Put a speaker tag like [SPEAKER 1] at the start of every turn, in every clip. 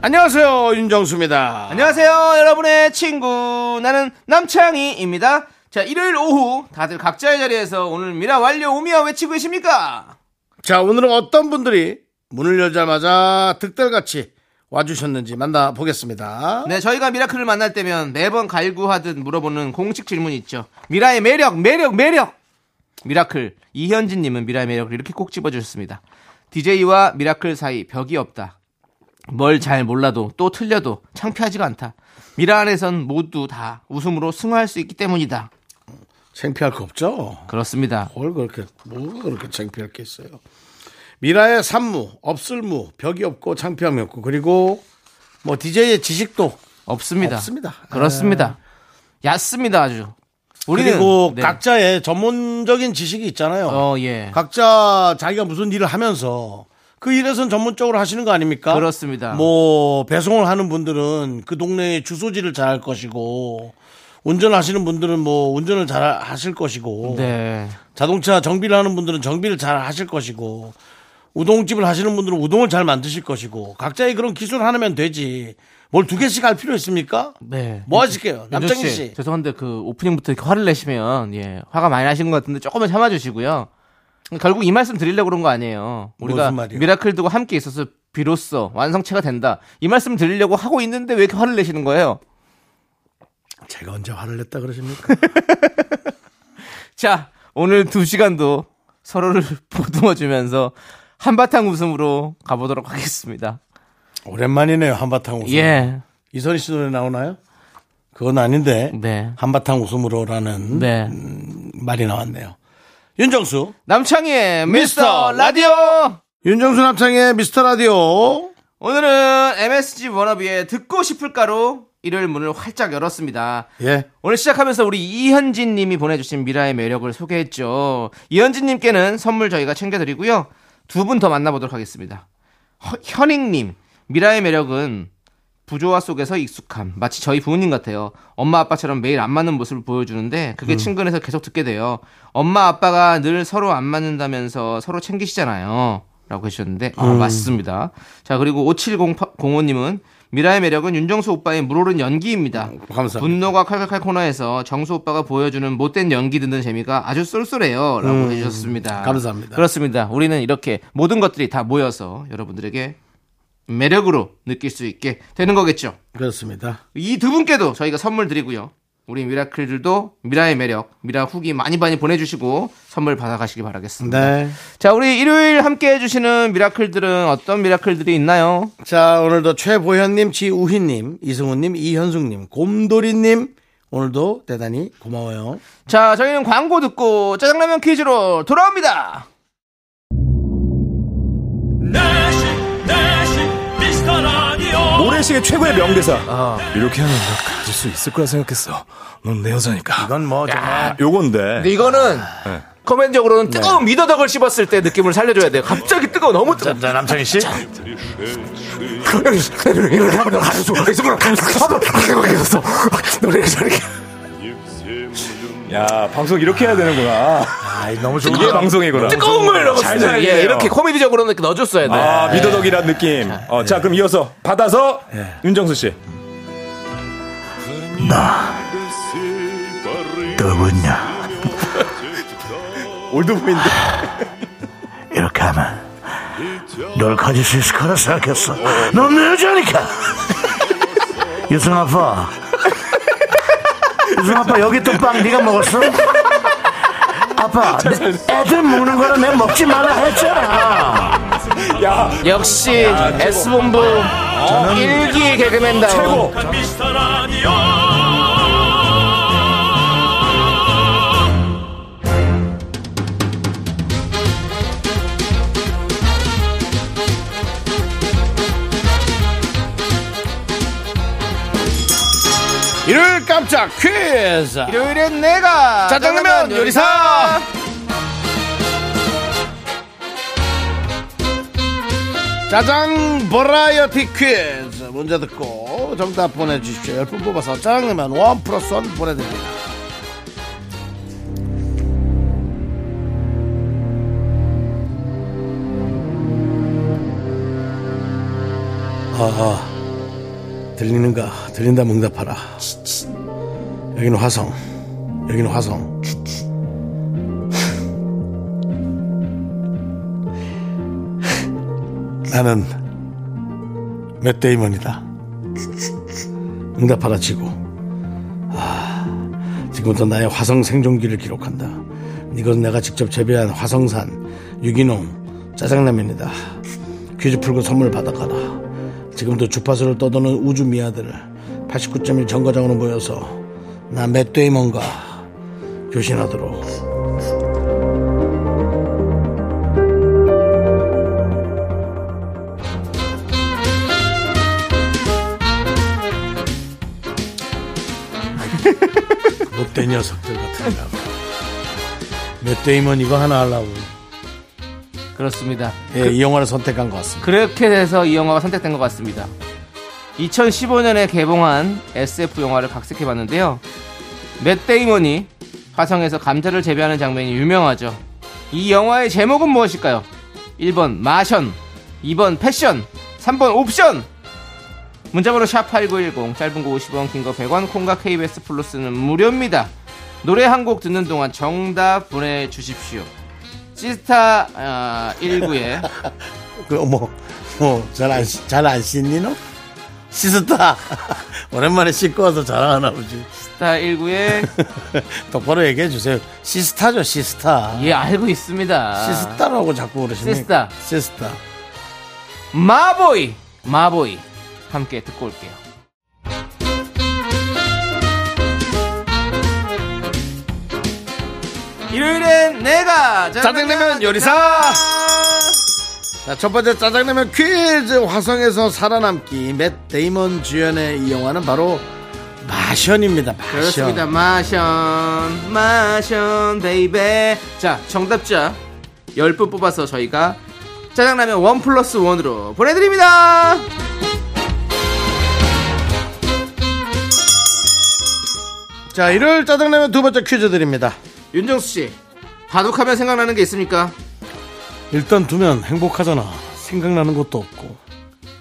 [SPEAKER 1] 안녕하세요 윤정수입니다.
[SPEAKER 2] 안녕하세요, 여러분의 친구. 나는 남창희입니다. 자, 일요일 오후 다들 각자의 자리에서 오늘 미라 완료 오미야 외치고 계십니까?
[SPEAKER 1] 자 오늘은 어떤 분들이 문을 열자마자 득달같이 와주셨는지 만나보겠습니다.
[SPEAKER 2] 네, 저희가 미라클을 만날 때면 매번 갈구하듯 물어보는 공식 질문이 있죠. 미라의 매력, 매력, 매력! 미라클, 이현진님은 미라의 매력을 이렇게 꼭 집어주셨습니다. DJ와 미라클 사이 벽이 없다. 뭘 잘 몰라도 또 틀려도 창피하지가 않다. 미라 안에선 모두 다 웃음으로 승화할 수 있기 때문이다.
[SPEAKER 1] 창피할 거 없죠?
[SPEAKER 2] 그렇습니다.
[SPEAKER 1] 뭘 그렇게 뭐가 그렇게 창피할 게 있어요? 미라의 산무, 없을무, 벽이 없고 창피함이 없고 그리고 뭐 DJ의 지식도
[SPEAKER 2] 없습니다.
[SPEAKER 1] 없습니다.
[SPEAKER 2] 그렇습니다. 얕습니다, 아주. 우리는
[SPEAKER 1] 그리고
[SPEAKER 2] 네.
[SPEAKER 1] 각자의 전문적인 지식이 있잖아요.
[SPEAKER 2] 어, 예.
[SPEAKER 1] 각자 자기가 무슨 일을 하면서 그 일에선 전문적으로 하시는 거 아닙니까?
[SPEAKER 2] 그렇습니다.
[SPEAKER 1] 뭐 배송을 하는 분들은 그 동네의 주소지를 잘 할 것이고 운전하시는 분들은 뭐 운전을 잘 하실 것이고
[SPEAKER 2] 네.
[SPEAKER 1] 자동차 정비를 하는 분들은 정비를 잘 하실 것이고 우동집을 하시는 분들은 우동을 잘 만드실 것이고 각자의 그런 기술 하나면 되지 뭘 두 개씩 할 필요 있습니까?
[SPEAKER 2] 네.
[SPEAKER 1] 뭐 하실게요? 남정희
[SPEAKER 2] 윤정
[SPEAKER 1] 씨.
[SPEAKER 2] 죄송한데 그 오프닝부터 이렇게 화를 내시면 예. 화가 많이 나시는 것 같은데 조금만 참아 주시고요. 결국 이 말씀 드리려고 그런 거 아니에요. 우리가
[SPEAKER 1] 무슨 말이요?
[SPEAKER 2] 미라클들과 함께 있어서 비로소 완성체가 된다. 이 말씀 드리려고 하고 있는데 왜 이렇게 화를 내시는 거예요?
[SPEAKER 1] 제가 언제 화를 냈다 그러십니까?
[SPEAKER 2] 자, 오늘 두 시간도 서로를 보듬어 주면서 한바탕 웃음으로 가보도록 하겠습니다.
[SPEAKER 1] 오랜만이네요 한바탕 웃음.
[SPEAKER 2] 예.
[SPEAKER 1] 이선희 씨 노래 나오나요? 그건 아닌데
[SPEAKER 2] 네.
[SPEAKER 1] 한바탕 웃음으로라는
[SPEAKER 2] 네.
[SPEAKER 1] 말이 나왔네요. 윤정수.
[SPEAKER 2] 남창희의 미스터 라디오!
[SPEAKER 1] 윤정수 남창의 미스터 라디오.
[SPEAKER 2] 오늘은 MSG 워너비의 듣고 싶을까로 일요일 문을 활짝 열었습니다.
[SPEAKER 1] 예.
[SPEAKER 2] 오늘 시작하면서 우리 이현진 님이 보내주신 미라의 매력을 소개했죠. 이현진 님께는 선물 저희가 챙겨드리고요. 두 분 더 만나보도록 하겠습니다. 허- 현익 님, 미라의 매력은 부조화 속에서 익숙함. 마치 저희 부모님 같아요. 엄마 아빠처럼 매일 안 맞는 모습을 보여주는데 그게 친근해서 계속 듣게 돼요. 엄마 아빠가 늘 서로 안 맞는다면서 서로 챙기시잖아요. 라고 해주셨는데 아, 맞습니다. 자 그리고 5705님은 미라의 매력은 윤정수 오빠의 물오른 연기입니다.
[SPEAKER 1] 감사합니다.
[SPEAKER 2] 분노가 칼칼칼 코너에서 정수 오빠가 보여주는 못된 연기 듣는 재미가 아주 쏠쏠해요. 라고 해주셨습니다.
[SPEAKER 1] 음, 감사합니다.
[SPEAKER 2] 그렇습니다. 우리는 이렇게 모든 것들이 다 모여서 여러분들에게 매력으로 느낄 수 있게 되는 거겠죠.
[SPEAKER 1] 그렇습니다.
[SPEAKER 2] 이 두 분께도 저희가 선물 드리고요. 우리 미라클들도 미라의 매력, 미라 후기 많이 많이 보내주시고 선물 받아가시기 바라겠습니다.
[SPEAKER 1] 네.
[SPEAKER 2] 자, 우리 일요일 함께 해주시는 미라클들은 어떤 미라클들이 있나요?
[SPEAKER 1] 자, 오늘도 최보현님, 지우희님, 이승훈님, 이현숙님, 곰돌이님. 오늘도 대단히 고마워요.
[SPEAKER 2] 자, 저희는 광고 듣고 짜장라면 퀴즈로 돌아옵니다.
[SPEAKER 3] 네
[SPEAKER 4] 내시 내시 미스터 라디오
[SPEAKER 5] 모래시계 최고의 명대사.
[SPEAKER 2] 아.
[SPEAKER 5] 이렇게 하면 너 가질 수 있을 거라 생각했어. 넌 내 여자니까. 아,
[SPEAKER 1] 이건 뭐, 정말.
[SPEAKER 5] 요건데.
[SPEAKER 2] 근데 이거는
[SPEAKER 5] 아, 네.
[SPEAKER 2] 코멘적으로는 뜨거운 미더덕을 씹었을 때 느낌을 살려줘야 돼요. 갑자기 뜨거워, 너무 뜨거워.
[SPEAKER 1] 자, 남창희 씨.
[SPEAKER 5] 이렇게 하면 너 가질 수 있을 거라 생각했어. 너내 여자니까.
[SPEAKER 2] 네.
[SPEAKER 5] 야, 방송 이렇게 해야 되는구나.
[SPEAKER 1] 아, 너무 좋은
[SPEAKER 5] 이게 방송이구나.
[SPEAKER 2] 네. 뜨거운 걸
[SPEAKER 5] 잘
[SPEAKER 2] 넣었어요.
[SPEAKER 5] 살리네요.
[SPEAKER 2] 예, 이렇게 코미디적으로는 네. 이렇게 넣어줬어야 돼.
[SPEAKER 5] 아, 미더덕이란 느낌. 어,
[SPEAKER 2] 네.
[SPEAKER 5] 자, 그럼 이어서 받아서 윤정수 씨.
[SPEAKER 6] 누구냐
[SPEAKER 5] 올드보인데.
[SPEAKER 6] 이렇게 하면 널 가질 수 있을 거라 생각했어 넌 내 여자니까 유승 아빠 유승 아빠 여기 또 빵 네가 먹었어? 아빠 내 애들 먹는 거라 내가 먹지 말라 했잖아
[SPEAKER 5] 야,
[SPEAKER 2] 역시 S본부 일기 개그맨다운
[SPEAKER 5] 아, 최고.
[SPEAKER 4] 미스터 라디오
[SPEAKER 1] 깜짝 퀴즈
[SPEAKER 2] 일요일엔 내가
[SPEAKER 1] 짜장라면 요리사 짜장 버라이어티 퀴즈 문제 듣고 정답 보내주십시오 열분 뽑아서 짜장라면 원 플러스 원 보내드립니다 아, 들리는가 들린다 응답하라 여기는 화성 여기는 화성 나는 맷 데이먼이다 응답하라 지구 아, 지금부터 나의 화성 생존기를 기록한다 이건 내가 직접 재배한 화성산 유기농 짜장라면이다 퀴즈 풀고 선물 받아가라 지금도 주파수를 떠도는 우주 미아들을 89.1 정거장으로 모여서 나 맷 데이먼과 교신하도록 못된 녀석들 같은 거. 맷 데이먼 이거 하나 하려고
[SPEAKER 2] 그렇습니다.
[SPEAKER 1] 예, 이 영화를 선택한 것 같습니다.
[SPEAKER 2] 그렇게 돼서 이 영화가 선택된 것 같습니다. 2015년에 개봉한 SF 영화를 각색해봤는데요. 맷 데이먼이 화성에서 감자를 재배하는 장면이 유명하죠. 이 영화의 제목은 무엇일까요? 1번 마션, 2번 패션, 3번 옵션! 문자번호 샵8910, 짧은 거 50원, 긴 거 100원, 콩과 KBS 플러스는 무료입니다. 노래 한 곡 듣는 동안 정답 보내주십시오. 시스타 아, 19에
[SPEAKER 1] 그, 뭐, 뭐, 잘 안, 잘 안 씻니 너? 씻었다. 오랜만에 씻고 와서 자랑하나 보지.
[SPEAKER 2] 스타 19에
[SPEAKER 1] 똑바로 얘기해 주세요. 시스타죠, 시스타.
[SPEAKER 2] 예 알고 있습니다.
[SPEAKER 1] 시스타라고 자꾸 그러시네.
[SPEAKER 2] 시스타.
[SPEAKER 1] 시스타.
[SPEAKER 2] 마보이 마보이 함께 듣고 올게요. 일요일엔 내가
[SPEAKER 1] 짜장라면 요리사! 자, 첫 번째 짜장라면 퀴즈 화성에서 살아남기 맷 데이먼 주연의 이 영화는 바로 마션입니다. 마션.
[SPEAKER 2] 그렇습니다. 마션 마션 베이베 자 정답자 10분 뽑아서 저희가 짜장라면 원 플러스 원으로 보내드립니다.
[SPEAKER 1] 자, 일요일 짜장라면 두 번째 퀴즈 드립니다.
[SPEAKER 2] 윤정수 씨 바둑하면 생각나는 게 있습니까?
[SPEAKER 1] 일단 두면 행복하잖아. 생각나는 것도 없고.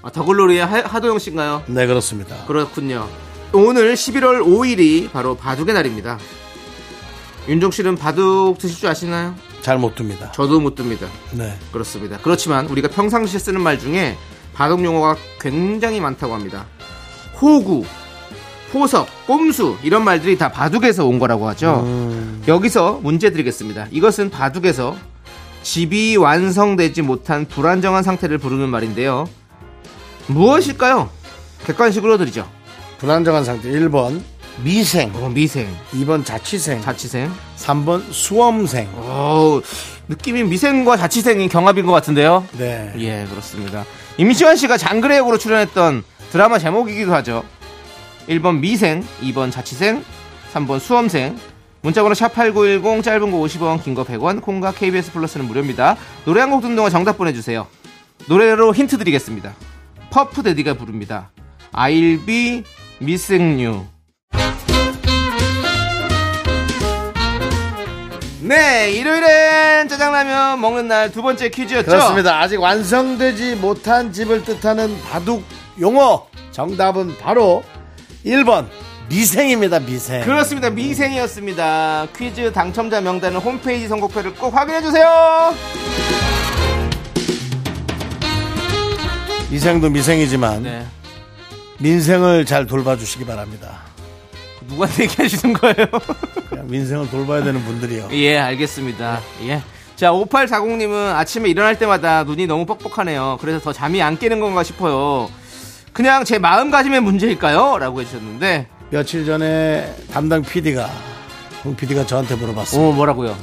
[SPEAKER 2] 아, 더글로리의 하- 하도영 씨인가요?
[SPEAKER 1] 네, 그렇습니다.
[SPEAKER 2] 그렇군요. 오늘 11월 5일이 바로 바둑의 날입니다. 윤종 씨는 바둑 드실 줄 아시나요?
[SPEAKER 1] 잘 못 둡니다.
[SPEAKER 2] 저도 못 듭니다.
[SPEAKER 1] 네.
[SPEAKER 2] 그렇습니다. 그렇지만 우리가 평상시에 쓰는 말 중에 바둑 용어가 굉장히 많다고 합니다. 호구, 포석, 꼼수 이런 말들이 다 바둑에서 온 거라고 하죠. 여기서 문제 드리겠습니다. 이것은 바둑에서 집이 완성되지 못한 불안정한 상태를 부르는 말인데요. 무엇일까요? 객관식으로 드리죠.
[SPEAKER 1] 불안정한 상태 1번 미생,
[SPEAKER 2] 어, 미생,
[SPEAKER 1] 2번 자취생,
[SPEAKER 2] 자취생.
[SPEAKER 1] 3번 수험생.
[SPEAKER 2] 어, 느낌이 미생과 자취생이 경합인 것 같은데요.
[SPEAKER 1] 네.
[SPEAKER 2] 예, 그렇습니다. 임시완 씨가 장그레 역으로 출연했던 드라마 제목이기도 하죠. 1번 미생, 2번 자취생, 3번 수험생. 문자번호 샵8910 짧은 거 50원, 긴 거 100원, 콩과 KBS 플러스는 무료입니다. 노래 한 곡 듣는 동안 정답 보내 주세요. 노래로 힌트 드리겠습니다. 퍼프 데디가 부릅니다. I'll be missing you. 네, 일요일엔 짜장라면 먹는 날 두 번째 퀴즈였죠.
[SPEAKER 1] 그렇습니다. 아직 완성되지 못한 집을 뜻하는 바둑 용어. 정답은 바로 1번 미생입니다. 미생.
[SPEAKER 2] 그렇습니다. 미생이었습니다. 퀴즈 당첨자 명단은 홈페이지 선곡표를 꼭 확인해 주세요.
[SPEAKER 1] 미생도 미생이지만
[SPEAKER 2] 네.
[SPEAKER 1] 민생을 잘 돌봐 주시기 바랍니다.
[SPEAKER 2] 누구한테 얘기하시는 거예요?
[SPEAKER 1] 그냥 민생을 돌봐야 되는 분들이요.
[SPEAKER 2] 예, 알겠습니다. 예. 자, 5840님은 아침에 일어날 때마다 눈이 너무 뻑뻑하네요. 그래서 더 잠이 안 깨는 건가 싶어요. 그냥 제 마음가짐의 문제일까요? 라고 해주셨는데.
[SPEAKER 1] 며칠 전에 담당 PD가 홍 PD가 저한테 물어봤어요.
[SPEAKER 2] 오, 뭐라고요?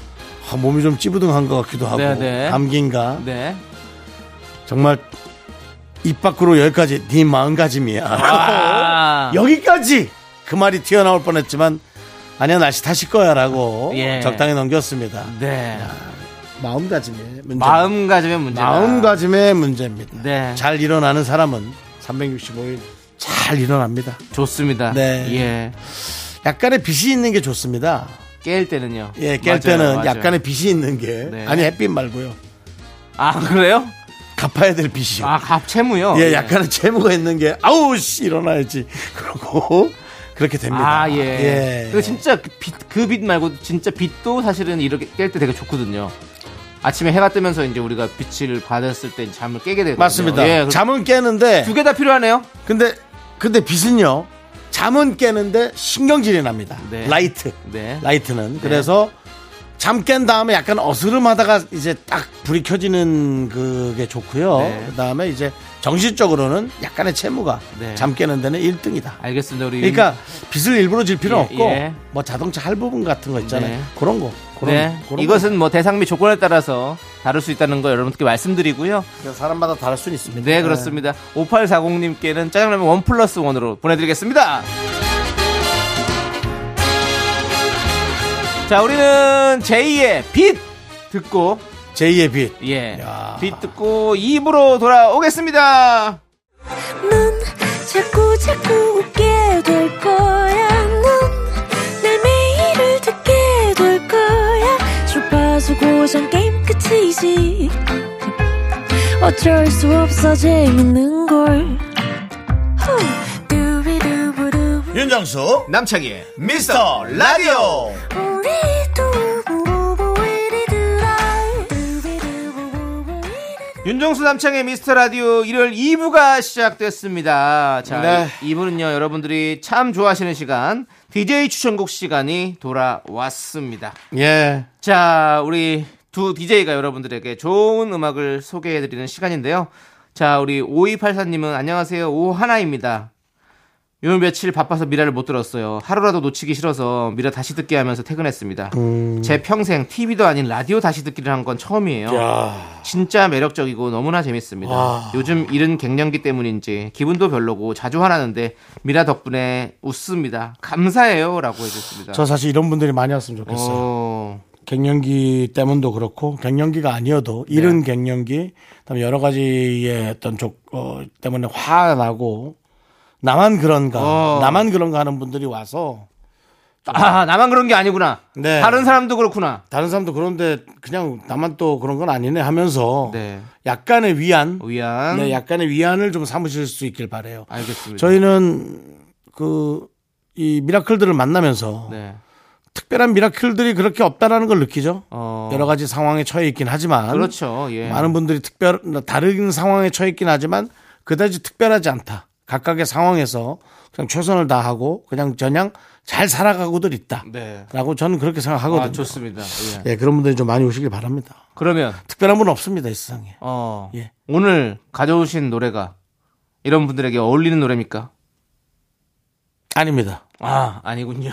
[SPEAKER 1] 아, 몸이 좀 찌부둥한 것 같기도 하고
[SPEAKER 2] 네, 네.
[SPEAKER 1] 감기인가
[SPEAKER 2] 네.
[SPEAKER 1] 정말 입 밖으로 여기까지 네 마음가짐이야
[SPEAKER 2] 아,
[SPEAKER 1] 여기까지 그 말이 튀어나올 뻔했지만 아니야 날씨 탓일 거야라고
[SPEAKER 2] 예.
[SPEAKER 1] 적당히 넘겼습니다.
[SPEAKER 2] 네.
[SPEAKER 1] 마음가짐의 문제.
[SPEAKER 2] 마음가짐의 문제다.
[SPEAKER 1] 마음가짐의 문제입니다.
[SPEAKER 2] 네.
[SPEAKER 1] 잘 일어나는 사람은 365일 잘 일어납니다.
[SPEAKER 2] 좋습니다.
[SPEAKER 1] 네.
[SPEAKER 2] 예.
[SPEAKER 1] 약간의 빛이 있는 게 좋습니다.
[SPEAKER 2] 깰 때는요.
[SPEAKER 1] 예, 깰
[SPEAKER 2] 맞아요,
[SPEAKER 1] 때는
[SPEAKER 2] 맞아요.
[SPEAKER 1] 약간의 빛이 있는 게
[SPEAKER 2] 네.
[SPEAKER 1] 아니 햇빛 말고요.
[SPEAKER 2] 아, 그래요?
[SPEAKER 1] 갚아야 될 빛이요.
[SPEAKER 2] 아, 갑채무요?
[SPEAKER 1] 예, 약간은 채무가 있는 게 아우 씨 일어나야지 그러고 그렇게 됩니다.
[SPEAKER 2] 아, 예.
[SPEAKER 1] 예.
[SPEAKER 2] 그 진짜 그 빛, 그 빛 말고 진짜 빛도 사실은 이렇게 깰 때 되게 좋거든요. 아침에 해가 뜨면서 이제 우리가 빛을 받았을 때 잠을 깨게 되거든요.
[SPEAKER 1] 맞습니다.
[SPEAKER 2] 예,
[SPEAKER 1] 잠은 깨는데
[SPEAKER 2] 두개 다 필요하네요.
[SPEAKER 1] 근데 근데 빛은요. 잠은 깨는데 신경질이 납니다.
[SPEAKER 2] 네.
[SPEAKER 1] 라이트.
[SPEAKER 2] 네.
[SPEAKER 1] 라이트는 그래서 잠 깬 다음에 약간 어스름하다가 이제 딱 불이 켜지는 그게 좋고요.
[SPEAKER 2] 네.
[SPEAKER 1] 그다음에 이제 정신적으로는 약간의 채무가
[SPEAKER 2] 네.
[SPEAKER 1] 잠 깨는 데는 1등이다.
[SPEAKER 2] 알겠습니다. 우리
[SPEAKER 1] 그러니까 빚을 일부러 질 필요
[SPEAKER 2] 음. 예,
[SPEAKER 1] 없고
[SPEAKER 2] 예.
[SPEAKER 1] 뭐 자동차 할부분 같은 거 있잖아요.
[SPEAKER 2] 네.
[SPEAKER 1] 그런 거. 그런,
[SPEAKER 2] 네.
[SPEAKER 1] 그런
[SPEAKER 2] 이것은 뭐 대상 및 조건에 따라서 다를 수 있다는 거 여러분께 말씀드리고요.
[SPEAKER 1] 거. 사람마다 다를 수는 있습니다.
[SPEAKER 2] 네, 그렇습니다. 5840님께는 짜장라면 원 플러스 원으로 보내드리겠습니다. 자, 우리는 제2의 빛 듣고,
[SPEAKER 1] 제2의 빚.
[SPEAKER 2] 예.
[SPEAKER 1] 야.
[SPEAKER 2] 빛 듣고 2부로 돌아오겠습니다.
[SPEAKER 7] 넌 자꾸 자꾸 웃게 될 거야. 넌내 매일을 듣게 될 거야. 주파수 고정 게임 끝이지. 어쩔 수 없어 재밌는 걸. 후. 두비두부두부.
[SPEAKER 1] 윤정수
[SPEAKER 2] 남창희의
[SPEAKER 1] 미스터 라디오.
[SPEAKER 7] 우리 두부부부 우리 두라. 두비두부부부 우리 두라.
[SPEAKER 2] 윤정수 남창의 미스터 라디오 일요일 2부가 시작됐습니다. 자,
[SPEAKER 1] 네.
[SPEAKER 2] 2부는요, 여러분들이 참 좋아하시는 시간, DJ 추천곡 시간이 돌아왔습니다.
[SPEAKER 1] 예.
[SPEAKER 2] 자, 우리 두 DJ가 여러분들에게 좋은 음악을 소개해드리는 시간인데요. 자, 우리 5284님은 안녕하세요. 오하나입니다. 요 며칠 바빠서 미라를 못 들었어요. 하루라도 놓치기 싫어서 미라 다시 듣게 하면서 퇴근했습니다.
[SPEAKER 1] 음.
[SPEAKER 2] 제 평생 TV도 아닌 라디오 다시 듣기를 한 건 처음이에요. 진짜 매력적이고 너무나 재밌습니다. 요즘 일은 갱년기 때문인지 기분도 별로고 자주 화나는데 미라 덕분에 웃습니다. 감사해요라고 해줬습니다.
[SPEAKER 1] 저 사실 이런 분들이 많이 왔으면 좋겠어요.
[SPEAKER 2] 어...
[SPEAKER 1] 갱년기 때문도 그렇고 갱년기가 아니어도
[SPEAKER 2] 네.
[SPEAKER 1] 이른 갱년기 그다음에 여러 가지의 어떤 조, 어, 때문에 화나고 나만 그런가
[SPEAKER 2] 어.
[SPEAKER 1] 나만 그런가 하는 분들이 와서
[SPEAKER 2] 아, 나만 그런 게 아니구나.
[SPEAKER 1] 네.
[SPEAKER 2] 다른 사람도 그렇구나.
[SPEAKER 1] 다른 사람도 그런데 그냥 나만 또 그런 건 아니네 하면서
[SPEAKER 2] 네. 어,
[SPEAKER 1] 약간의 위안
[SPEAKER 2] 위안.
[SPEAKER 1] 네, 약간의 위안을 좀 삼으실 수 있길 바래요
[SPEAKER 2] 알겠습니다.
[SPEAKER 1] 저희는 그 이 미라클들을 만나면서
[SPEAKER 2] 네.
[SPEAKER 1] 특별한 미라클들이 그렇게 없다라는 걸 느끼죠
[SPEAKER 2] 어.
[SPEAKER 1] 여러 가지 상황에 처해 있긴 하지만
[SPEAKER 2] 그렇죠. 예.
[SPEAKER 1] 많은 분들이 특별 다른 상황에 처해 있긴 하지만 그다지 특별하지 않다. 각각의 상황에서 그냥 최선을 다하고 그냥 저냥 잘 살아가고들 있다.
[SPEAKER 2] 네.
[SPEAKER 1] 라고 저는 그렇게 생각하거든요.
[SPEAKER 2] 아, 좋습니다. 예.
[SPEAKER 1] 예, 그런 분들이 좀 많이 오시길 바랍니다.
[SPEAKER 2] 그러면
[SPEAKER 1] 특별한 분 없습니다, 이 세상에.
[SPEAKER 2] 어.
[SPEAKER 1] 예.
[SPEAKER 2] 오늘 가져오신 노래가 이런 분들에게 어울리는 노래입니까?
[SPEAKER 1] 아닙니다.
[SPEAKER 2] 아, 아니군요.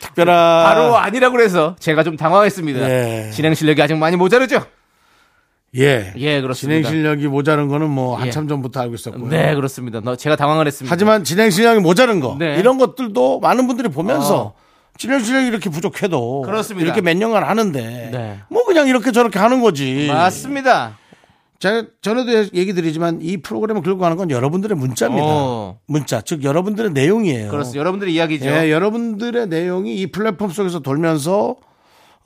[SPEAKER 1] 특별한
[SPEAKER 2] 바로 아니라고 해서 제가 좀 당황했습니다.
[SPEAKER 1] 예.
[SPEAKER 2] 진행 실력이 아직 많이 모자르죠?
[SPEAKER 1] 예.
[SPEAKER 2] 예,
[SPEAKER 1] 진행
[SPEAKER 2] 그렇습니다.
[SPEAKER 1] 실력이 모자른 거는 뭐
[SPEAKER 2] 예.
[SPEAKER 1] 한참 전부터 알고 있었고요.
[SPEAKER 2] 네, 그렇습니다. 너, 제가 당황을 했습니다.
[SPEAKER 1] 하지만 진행 실력이 모자른 거
[SPEAKER 2] 네. 어.
[SPEAKER 1] 이런 것들도 많은 분들이 보면서 진행 실력이 이렇게 부족해도
[SPEAKER 2] 그렇습니다.
[SPEAKER 1] 이렇게 몇 년간 하는데
[SPEAKER 2] 네.
[SPEAKER 1] 뭐 그냥 이렇게 저렇게 하는 거지.
[SPEAKER 2] 맞습니다.
[SPEAKER 1] 제가 전에도 얘기 드리지만 이 프로그램을 끌고 가는 건 여러분들의 문자입니다.
[SPEAKER 2] 어.
[SPEAKER 1] 문자 즉 여러분들의 내용이에요.
[SPEAKER 2] 그렇습니다. 여러분들의 이야기죠.
[SPEAKER 1] 예, 여러분들의 내용이 이 플랫폼 속에서 돌면서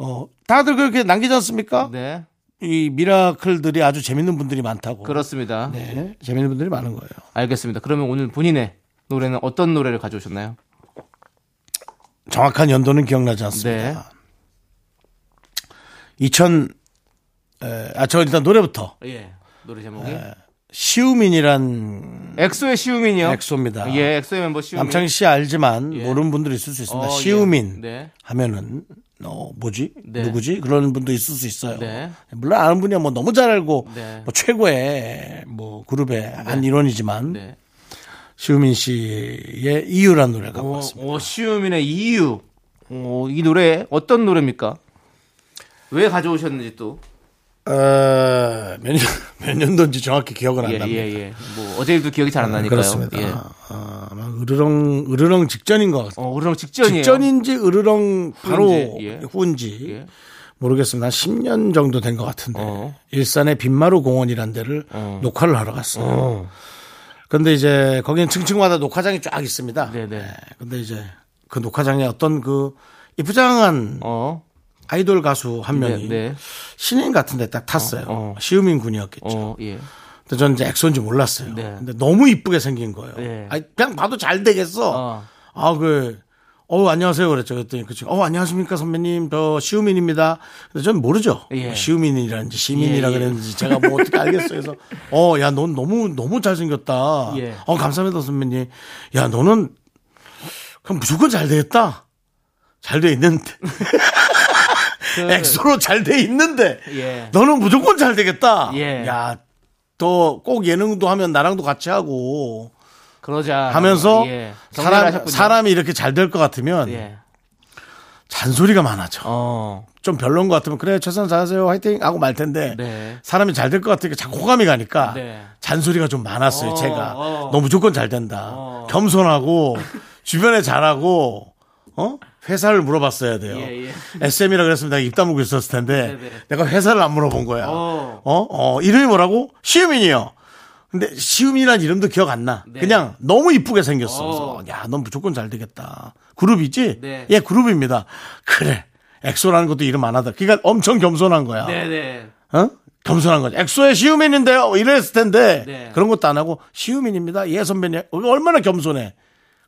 [SPEAKER 1] 어, 다들 그렇게 남기지 않습니까?
[SPEAKER 2] 네.
[SPEAKER 1] 이 미라클들이 아주 재밌는 분들이 많다고.
[SPEAKER 2] 그렇습니다.
[SPEAKER 1] 네, 재밌는 분들이 많은 거예요.
[SPEAKER 2] 알겠습니다. 그러면 오늘 본인의 노래는 어떤 노래를 가져오셨나요?
[SPEAKER 1] 정확한 연도는 기억나지 않습니다.
[SPEAKER 2] 네.
[SPEAKER 1] 2000, 에, 아, 저 일단 노래부터.
[SPEAKER 2] 예. 노래 제목이
[SPEAKER 1] 시우민이란
[SPEAKER 2] 엑소의 시우민이요.
[SPEAKER 1] 엑소입니다.
[SPEAKER 2] 예, 엑소의 멤버 시우민.
[SPEAKER 1] 남창희 씨 알지만
[SPEAKER 2] 예.
[SPEAKER 1] 모르는 분들이 있을 수 있습니다.
[SPEAKER 2] 어, 예.
[SPEAKER 1] 시우민
[SPEAKER 2] 네.
[SPEAKER 1] 하면은 어 뭐지
[SPEAKER 2] 네.
[SPEAKER 1] 누구지 그런 분도 있을 수 있어요.
[SPEAKER 2] 네.
[SPEAKER 1] 물론 아는 분이야 뭐 너무 잘 알고
[SPEAKER 2] 네.
[SPEAKER 1] 뭐 최고의 뭐 그룹의 한 일원이지만
[SPEAKER 2] 네.
[SPEAKER 1] 시우민 씨의 이유란 노래를 갖고
[SPEAKER 2] 오,
[SPEAKER 1] 왔습니다.
[SPEAKER 2] 오, 어, 시우민의 이유. 오, 이 노래 어떤 노래입니까? 왜 가져오셨는지 또.
[SPEAKER 1] 어, 몇, 년, 몇 년도인지 정확히 기억은 안
[SPEAKER 2] 예,
[SPEAKER 1] 납니다.
[SPEAKER 2] 예, 예. 뭐 어제 일도 기억이 잘 안 나니까요.
[SPEAKER 1] 그렇습니다.
[SPEAKER 2] 예.
[SPEAKER 1] 어, 아마 으르렁, 으르렁 직전인 것 같아요.
[SPEAKER 2] 어, 우리랑 직전이에요.
[SPEAKER 1] 직전인지 으르렁 바로
[SPEAKER 2] 후인지, 예.
[SPEAKER 1] 후인지
[SPEAKER 2] 예.
[SPEAKER 1] 모르겠습니다. 한 10년 정도 된 것 같은데
[SPEAKER 2] 어.
[SPEAKER 1] 일산의 빈마루 공원이란 데를 녹화를 하러 갔어요. 근데 이제 거기는 층층마다 녹화장이 쫙 있습니다.
[SPEAKER 2] 네네.
[SPEAKER 1] 예, 근데 이제 그 녹화장에 어떤 그 이쁘장한
[SPEAKER 2] 어.
[SPEAKER 1] 아이돌 가수 한
[SPEAKER 2] 네,
[SPEAKER 1] 명이
[SPEAKER 2] 네.
[SPEAKER 1] 신인 같은데 딱 탔어요.
[SPEAKER 2] 어, 어.
[SPEAKER 1] 시우민 군이었겠죠.
[SPEAKER 2] 어, 예.
[SPEAKER 1] 근데 저는 이제 엑소인지 몰랐어요.
[SPEAKER 2] 네.
[SPEAKER 1] 근데 너무 이쁘게 생긴 거예요.
[SPEAKER 2] 네.
[SPEAKER 1] 아니, 그냥 봐도 잘 되겠어.
[SPEAKER 2] 어.
[SPEAKER 1] 아, 그, 어, 안녕하세요. 그랬죠. 그랬더니 그 친구, 어, 안녕하십니까 선배님. 저 시우민입니다. 근데 저는 모르죠.
[SPEAKER 2] 예.
[SPEAKER 1] 시우민이라는지 시민이라
[SPEAKER 2] 예, 예.
[SPEAKER 1] 그랬는지 제가 뭐 어떻게 알겠어요. 그래서, 어, 야, 넌 너무, 너무 잘생겼다.
[SPEAKER 2] 예.
[SPEAKER 1] 어, 감사합니다 선배님. 야, 너는 그럼 무조건 잘 되겠다. 잘 돼 있는데.
[SPEAKER 2] 그
[SPEAKER 1] 엑소로 잘 돼 있는데.
[SPEAKER 2] 네. 예.
[SPEAKER 1] 너는 무조건 잘 되겠다.
[SPEAKER 2] 예.
[SPEAKER 1] 야, 또 꼭 예능도 하면 나랑도 같이 하고
[SPEAKER 2] 그러자
[SPEAKER 1] 하면서
[SPEAKER 2] 예. 경쟁을
[SPEAKER 1] 사람,
[SPEAKER 2] 하셨군요.
[SPEAKER 1] 사람이 이렇게 잘 될 것 같으면
[SPEAKER 2] 예.
[SPEAKER 1] 잔소리가 많아져.
[SPEAKER 2] 어.
[SPEAKER 1] 좀 별론 것 같으면 그래 최선 다하세요 화이팅 하고 말 텐데
[SPEAKER 2] 네.
[SPEAKER 1] 사람이 잘 될 것 같으니까 자꾸 호감이 가니까
[SPEAKER 2] 네.
[SPEAKER 1] 잔소리가 좀 많았어요
[SPEAKER 2] 어,
[SPEAKER 1] 제가
[SPEAKER 2] 어.
[SPEAKER 1] 너 무조건 잘 된다
[SPEAKER 2] 어.
[SPEAKER 1] 겸손하고 주변에 잘하고 어 회사를 물어봤어야 돼요
[SPEAKER 2] 예, 예.
[SPEAKER 1] SM이라 그랬으면 내가 입 다물고 있었을 텐데
[SPEAKER 2] 네, 네.
[SPEAKER 1] 내가 회사를 안 물어본 거야
[SPEAKER 2] 어.
[SPEAKER 1] 어, 어, 이름이 뭐라고 시우민이요 근데 시우민이란 이름도 기억 안나
[SPEAKER 2] 네.
[SPEAKER 1] 그냥 너무 이쁘게 생겼어
[SPEAKER 2] 어.
[SPEAKER 1] 그래서 야, 넌 무조건 잘 되겠다. 그룹이지?
[SPEAKER 2] 네.
[SPEAKER 1] 예, 그룹입니다. 그래. 엑소라는 것도 이름 안 하다. 그러니까 엄청 겸손한 거야.
[SPEAKER 2] 네, 네.
[SPEAKER 1] 어? 겸손한 거지. 엑소의 시우민인데요. 이랬을 텐데.
[SPEAKER 2] 네.
[SPEAKER 1] 그런 것도 안 하고 시우민입니다. 예, 선배님. 얼마나 겸손해.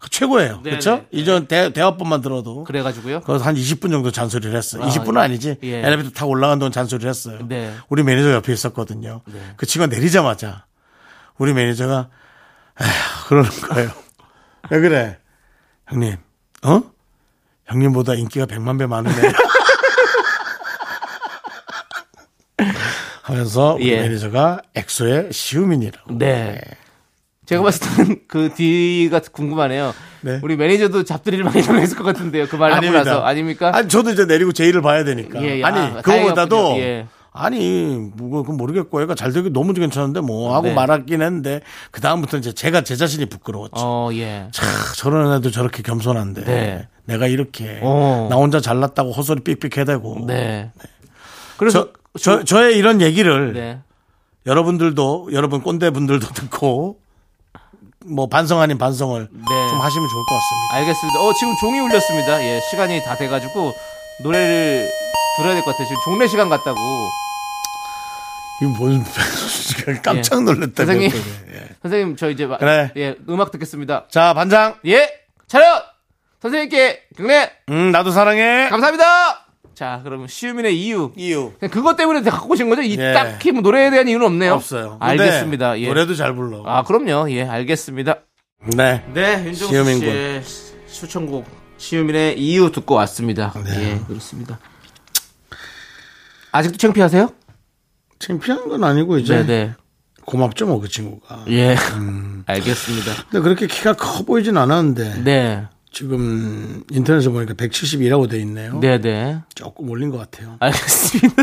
[SPEAKER 1] 그 최고예요.
[SPEAKER 2] 네,
[SPEAKER 1] 그렇죠?
[SPEAKER 2] 네.
[SPEAKER 1] 이전 대, 대화법만 들어도.
[SPEAKER 2] 그래 가지고요.
[SPEAKER 1] 그래서 한 20분 정도 잔소리를 했어. 요
[SPEAKER 2] 아,
[SPEAKER 1] 20분은 아니지.
[SPEAKER 2] 예.
[SPEAKER 1] 엘리베이터 타고 올라간 동안 잔소리를 했어요.
[SPEAKER 2] 네.
[SPEAKER 1] 우리 매니저 옆에 있었거든요. 그 친구가 내리자마자 우리 매니저가 에휴, 그러는 거예요. 왜 그래? 형님, 어? 형님보다 인기가 100만 배 많으네. 하면서 우리
[SPEAKER 2] 예.
[SPEAKER 1] 매니저가 엑소의 시우민이라고.
[SPEAKER 2] 네. 제가 봤을 때는 그 뒤가 궁금하네요.
[SPEAKER 1] 네.
[SPEAKER 2] 우리 매니저도 잡들이를 많이 당했을 것 같은데요. 그 말을 하고
[SPEAKER 1] 아닙니다.
[SPEAKER 2] 나서 아닙니까?
[SPEAKER 1] 아니 저도 이제 내리고 제의를 봐야 되니까.
[SPEAKER 2] 예, 예.
[SPEAKER 1] 아니
[SPEAKER 2] 아,
[SPEAKER 1] 그거보다도
[SPEAKER 2] 다행이었군요. 예.
[SPEAKER 1] 아니 뭐 그건 모르겠고 얘가 잘 되기 너무 괜찮은데 뭐 하고
[SPEAKER 2] 네.
[SPEAKER 1] 말았긴 했는데 그 다음부터 이제 제가 제 자신이 부끄러웠죠.
[SPEAKER 2] 어, 예.
[SPEAKER 1] 차, 저런 애도 저렇게 겸손한데
[SPEAKER 2] 네.
[SPEAKER 1] 내가 이렇게
[SPEAKER 2] 어.
[SPEAKER 1] 나 혼자 잘났다고 호소리 삑삑 해대고.
[SPEAKER 2] 네.
[SPEAKER 1] 그래서 저, 저, 의 이런 얘기를
[SPEAKER 2] 네.
[SPEAKER 1] 여러분들도 여러분 꼰대 분들도 듣고 뭐 반성 아닌 반성을
[SPEAKER 2] 네.
[SPEAKER 1] 좀 하시면 좋을 것 같습니다.
[SPEAKER 2] 알겠습니다. 어, 지금 종이 울렸습니다. 예, 시간이 다 돼가지고 노래를 들어야 될 것 같아요. 지금 종례 시간 같다고.
[SPEAKER 1] 이거 뭔 깜짝 놀랐다.
[SPEAKER 2] 선생님.
[SPEAKER 1] 그랬더니.
[SPEAKER 2] 선생님, 저 이제 마-
[SPEAKER 1] 그래.
[SPEAKER 2] 예, 음악 듣겠습니다.
[SPEAKER 1] 자 반장
[SPEAKER 2] 예, 차렷! 선생님께 경례!
[SPEAKER 1] 음 나도 사랑해
[SPEAKER 2] 감사합니다! 자, 그럼 시우민의 이유.
[SPEAKER 1] 이유
[SPEAKER 2] 그냥 그것 때문에 다 갖고 오신 거죠? 이
[SPEAKER 1] 예.
[SPEAKER 2] 딱히 뭐 노래에 대한 이유는 없네요.
[SPEAKER 1] 없어요 근데
[SPEAKER 2] 알겠습니다. 예.
[SPEAKER 1] 노래도 잘 불러
[SPEAKER 2] 아, 그럼요. 예, 알겠습니다.
[SPEAKER 1] 네
[SPEAKER 2] 네, 윤종수
[SPEAKER 1] 시우민
[SPEAKER 2] 씨의 추천곡 시우민의 이유 듣고 왔습니다.
[SPEAKER 1] 네.
[SPEAKER 2] 예, 그렇습니다. 아직도 창피하세요?
[SPEAKER 1] 창피한 건 아니고 이제
[SPEAKER 2] 네.
[SPEAKER 1] 고맙죠 뭐 그 친구가
[SPEAKER 2] 예.
[SPEAKER 1] 음.
[SPEAKER 2] 알겠습니다.
[SPEAKER 1] 근데 그렇게 키가 커 보이진 않았는데
[SPEAKER 2] 네.
[SPEAKER 1] 지금 인터넷에 보니까 172라고 돼 있네요
[SPEAKER 2] 네, 네.
[SPEAKER 1] 조금 올린 것 같아요
[SPEAKER 2] 알겠습니다.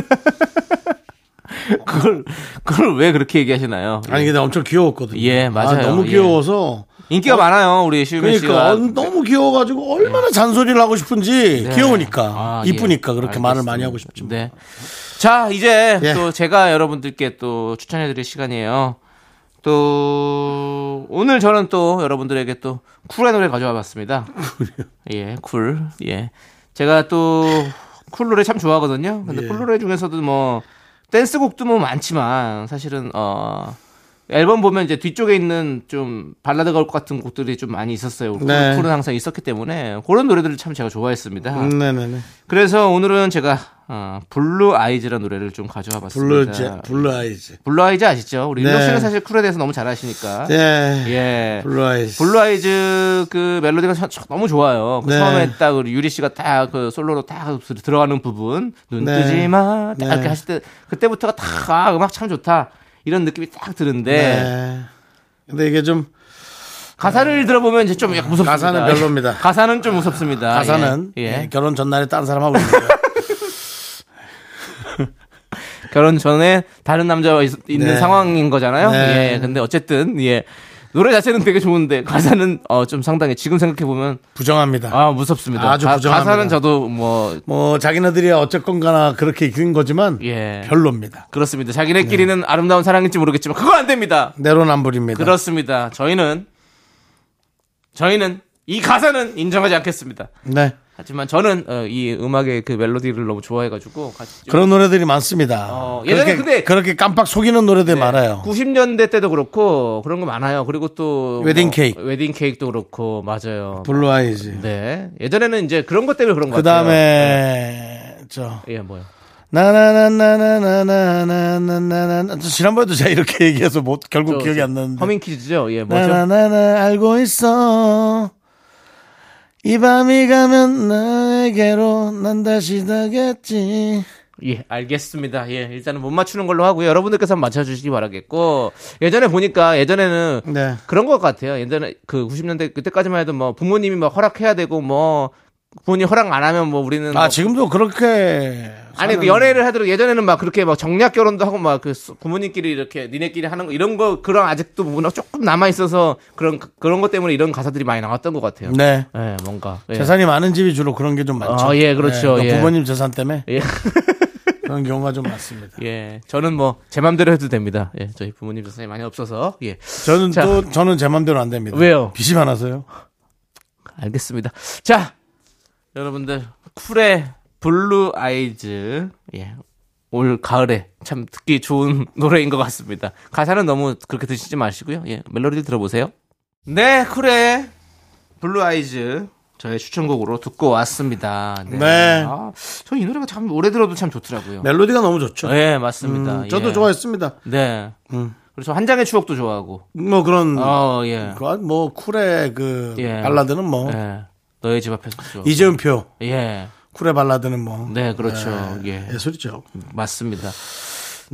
[SPEAKER 2] 그걸 그걸 왜 그렇게 얘기하시나요?
[SPEAKER 1] 아니 근데 엄청 귀여웠거든요
[SPEAKER 2] 예, 맞아요.
[SPEAKER 1] 아, 너무
[SPEAKER 2] 예.
[SPEAKER 1] 귀여워서
[SPEAKER 2] 인기가 많아요, 우리 시우민
[SPEAKER 1] 어? 그러니까
[SPEAKER 2] 씨가.
[SPEAKER 1] 어, 너무 귀여워가지고 얼마나 잔소리를 하고 싶은지
[SPEAKER 2] 네.
[SPEAKER 1] 귀여우니까
[SPEAKER 2] 아, 예.
[SPEAKER 1] 이쁘니까 그렇게 말을 많이
[SPEAKER 2] 알겠습니다.
[SPEAKER 1] 하고 싶죠
[SPEAKER 2] 네. 자, 이제
[SPEAKER 1] 예.
[SPEAKER 2] 또 제가 여러분들께 또 추천해드릴 시간이에요. 또 오늘 저는 또 여러분들에게 또 쿨한 노래 가져와 봤습니다. 예, 쿨. 예. 제가 또 쿨 노래 참 좋아하거든요.
[SPEAKER 1] 예.
[SPEAKER 2] 근데 쿨 노래 중에서도 뭐 댄스곡도 뭐 많지만 사실은 어 앨범 보면 이제 뒤쪽에 있는 좀 발라드 걸 같은 곡들이 좀 많이 있었어요. 쿨-
[SPEAKER 1] 네.
[SPEAKER 2] 쿨은 항상 있었기 때문에 그런 노래들을 참 제가 좋아했습니다.
[SPEAKER 1] 음, 네네네
[SPEAKER 2] 그래서 오늘은 제가 어, 블루 아이즈라는 노래를 좀 가져와 봤습니다.
[SPEAKER 1] 블루즈 블루아이즈
[SPEAKER 2] 블루 아이즈 아시죠? 우리
[SPEAKER 1] 네.
[SPEAKER 2] 윤정 씨는 사실 쿨에 대해서 너무 잘 아시니까.
[SPEAKER 1] 네
[SPEAKER 2] 예.
[SPEAKER 1] 블루아이즈
[SPEAKER 2] 블루 아이즈 그 멜로디가 참- 참 너무 좋아요. 그
[SPEAKER 1] 네.
[SPEAKER 2] 처음에 딱 우리 유리 씨가 딱 그 솔로로 딱 들어가는 부분 눈
[SPEAKER 1] 네.
[SPEAKER 2] 뜨지 마딱
[SPEAKER 1] 네.
[SPEAKER 2] 이렇게 하실 때 그때부터가 딱 아, 음악 참 좋다 이런 느낌이 딱 드는데
[SPEAKER 1] 네. 근데 이게 좀
[SPEAKER 2] 가사를 들어보면 이제 좀 약간 무섭습니다.
[SPEAKER 1] 가사는 별로입니다.
[SPEAKER 2] 가사는 좀 무섭습니다.
[SPEAKER 1] 아, 가사는 네.
[SPEAKER 2] 예. 예.
[SPEAKER 1] 예, 결혼 전날에 딴 사람하고 있는 거예요.
[SPEAKER 2] 결혼 전에 다른 남자와 있, 는
[SPEAKER 1] 네.
[SPEAKER 2] 상황인 거잖아요.
[SPEAKER 1] 네.
[SPEAKER 2] 예. 근데 어쨌든 예. 노래 자체는 되게 좋은데 가사는 어, 좀 상당히 지금 생각해 보면
[SPEAKER 1] 부정합니다.
[SPEAKER 2] 아 무섭습니다.
[SPEAKER 1] 아주
[SPEAKER 2] 가-
[SPEAKER 1] 부정합니다.
[SPEAKER 2] 가사는 저도 뭐
[SPEAKER 1] 뭐 자기네들이 어쨌건가나 그렇게 이긴 거지만
[SPEAKER 2] 예.
[SPEAKER 1] 별로입니다.
[SPEAKER 2] 그렇습니다. 자기네끼리는 아름다운 사랑인지 모르겠지만 그거 안 됩니다.
[SPEAKER 1] 내로남불입니다.
[SPEAKER 2] 그렇습니다. 저희는 저희는 이 가사는 인정하지 않겠습니다.
[SPEAKER 1] 네.
[SPEAKER 2] 하지만 저는 어, 이 음악의 그 멜로디를 너무 좋아해가지고 같이 좀-
[SPEAKER 1] 그런 노래들이 많습니다.
[SPEAKER 2] 어, 예전에
[SPEAKER 1] 그렇게,
[SPEAKER 2] 근데- 네.
[SPEAKER 1] 그렇게 깜빡 속이는 노래들 많아요.
[SPEAKER 2] 90년대 때도 그렇고 그런 거 많아요. 그리고 또
[SPEAKER 1] 웨딩
[SPEAKER 2] 뭐,
[SPEAKER 1] 케이크.
[SPEAKER 2] 웨딩 케이크도 그렇고 맞아요.
[SPEAKER 1] 블루아이즈.
[SPEAKER 2] 네 예전에는 이제 그런 것 때문에 그런 거
[SPEAKER 1] 그 다음에 저
[SPEAKER 2] 예 뭐요.
[SPEAKER 1] 나나나나나나나나나나 저 지난번에도 제가 이렇게 얘기해서 못 결국
[SPEAKER 2] 저,
[SPEAKER 1] 기억이
[SPEAKER 2] 저,
[SPEAKER 1] 안 나는데. 네,
[SPEAKER 2] 허밍 퀴즈죠. 예 뭐죠?
[SPEAKER 1] 나나나나 알고 있어. 이 밤이 가면 나에게로 난 다시 나겠지.
[SPEAKER 2] 예, 알겠습니다. 예, 일단은 못 맞추는 걸로 하고요. 여러분들께서 한번 맞춰주시기 바라겠고, 예전에 보니까 예전에는
[SPEAKER 1] 네.
[SPEAKER 2] 그런 것 같아요. 예전에 그 90년대 그때까지만 해도 뭐 부모님이 막 허락해야 되고 뭐 본인 허락 안 하면 뭐 우리는
[SPEAKER 1] 아
[SPEAKER 2] 뭐-
[SPEAKER 1] 지금도 그렇게
[SPEAKER 2] 아니 그 연애를 하더라도 예전에는 막 그렇게 막 정략 결혼도 하고 막 그 부모님끼리 이렇게 니네끼리 하는 거 이런 거 그런 아직도 문화 조금 남아 있어서 그런 그런 것 때문에 이런 가사들이 많이 나왔던 것 같아요.
[SPEAKER 1] 네.
[SPEAKER 2] 예, 뭔가 예.
[SPEAKER 1] 재산이 많은 집이 주로 그런 게 좀 많죠.
[SPEAKER 2] 아, 예, 그렇죠.
[SPEAKER 1] 네,
[SPEAKER 2] 예.
[SPEAKER 1] 부모님 재산 때문에
[SPEAKER 2] 예.
[SPEAKER 1] 그런 경우가 좀 많습니다.
[SPEAKER 2] 예, 저는 뭐 제 맘대로 해도 됩니다. 예, 저희 부모님 재산이 많이 없어서 예,
[SPEAKER 1] 저는
[SPEAKER 2] 자.
[SPEAKER 1] 또 저는 제 마음대로 안 됩니다.
[SPEAKER 2] 왜요?
[SPEAKER 1] 빚이 많아서요.
[SPEAKER 2] 알겠습니다. 자, 여러분들 쿨의 블루 아이즈 예. 올 가을에 참 듣기 좋은 노래인 것 같습니다. 가사는 너무 그렇게 드시지 마시고요. 예, 멜로디를 들어보세요. 네, 쿨의 블루 아이즈 저의 추천곡으로 듣고 왔습니다.
[SPEAKER 1] 네.
[SPEAKER 2] 아, 저이 노래가 참 오래 들어도 참 좋더라고요.
[SPEAKER 1] 멜로디가 너무 좋죠. 음,
[SPEAKER 2] 예, 맞습니다.
[SPEAKER 1] 저도
[SPEAKER 2] 예.
[SPEAKER 1] 좋아했습니다. 음.
[SPEAKER 2] 네. 그리고 저 한 장의 추억도 좋아하고.
[SPEAKER 1] 뭐 그런
[SPEAKER 2] 어, 예.
[SPEAKER 1] 그뭐 쿨의 그
[SPEAKER 2] 예.
[SPEAKER 1] 발라드는 뭐
[SPEAKER 2] 예. 너의 집 앞에서 좋아.
[SPEAKER 1] 이재은표
[SPEAKER 2] 예.
[SPEAKER 1] 쿨의 발라드는 뭐
[SPEAKER 2] 네, 그렇죠. 예.
[SPEAKER 1] 예술이죠.
[SPEAKER 2] 맞습니다.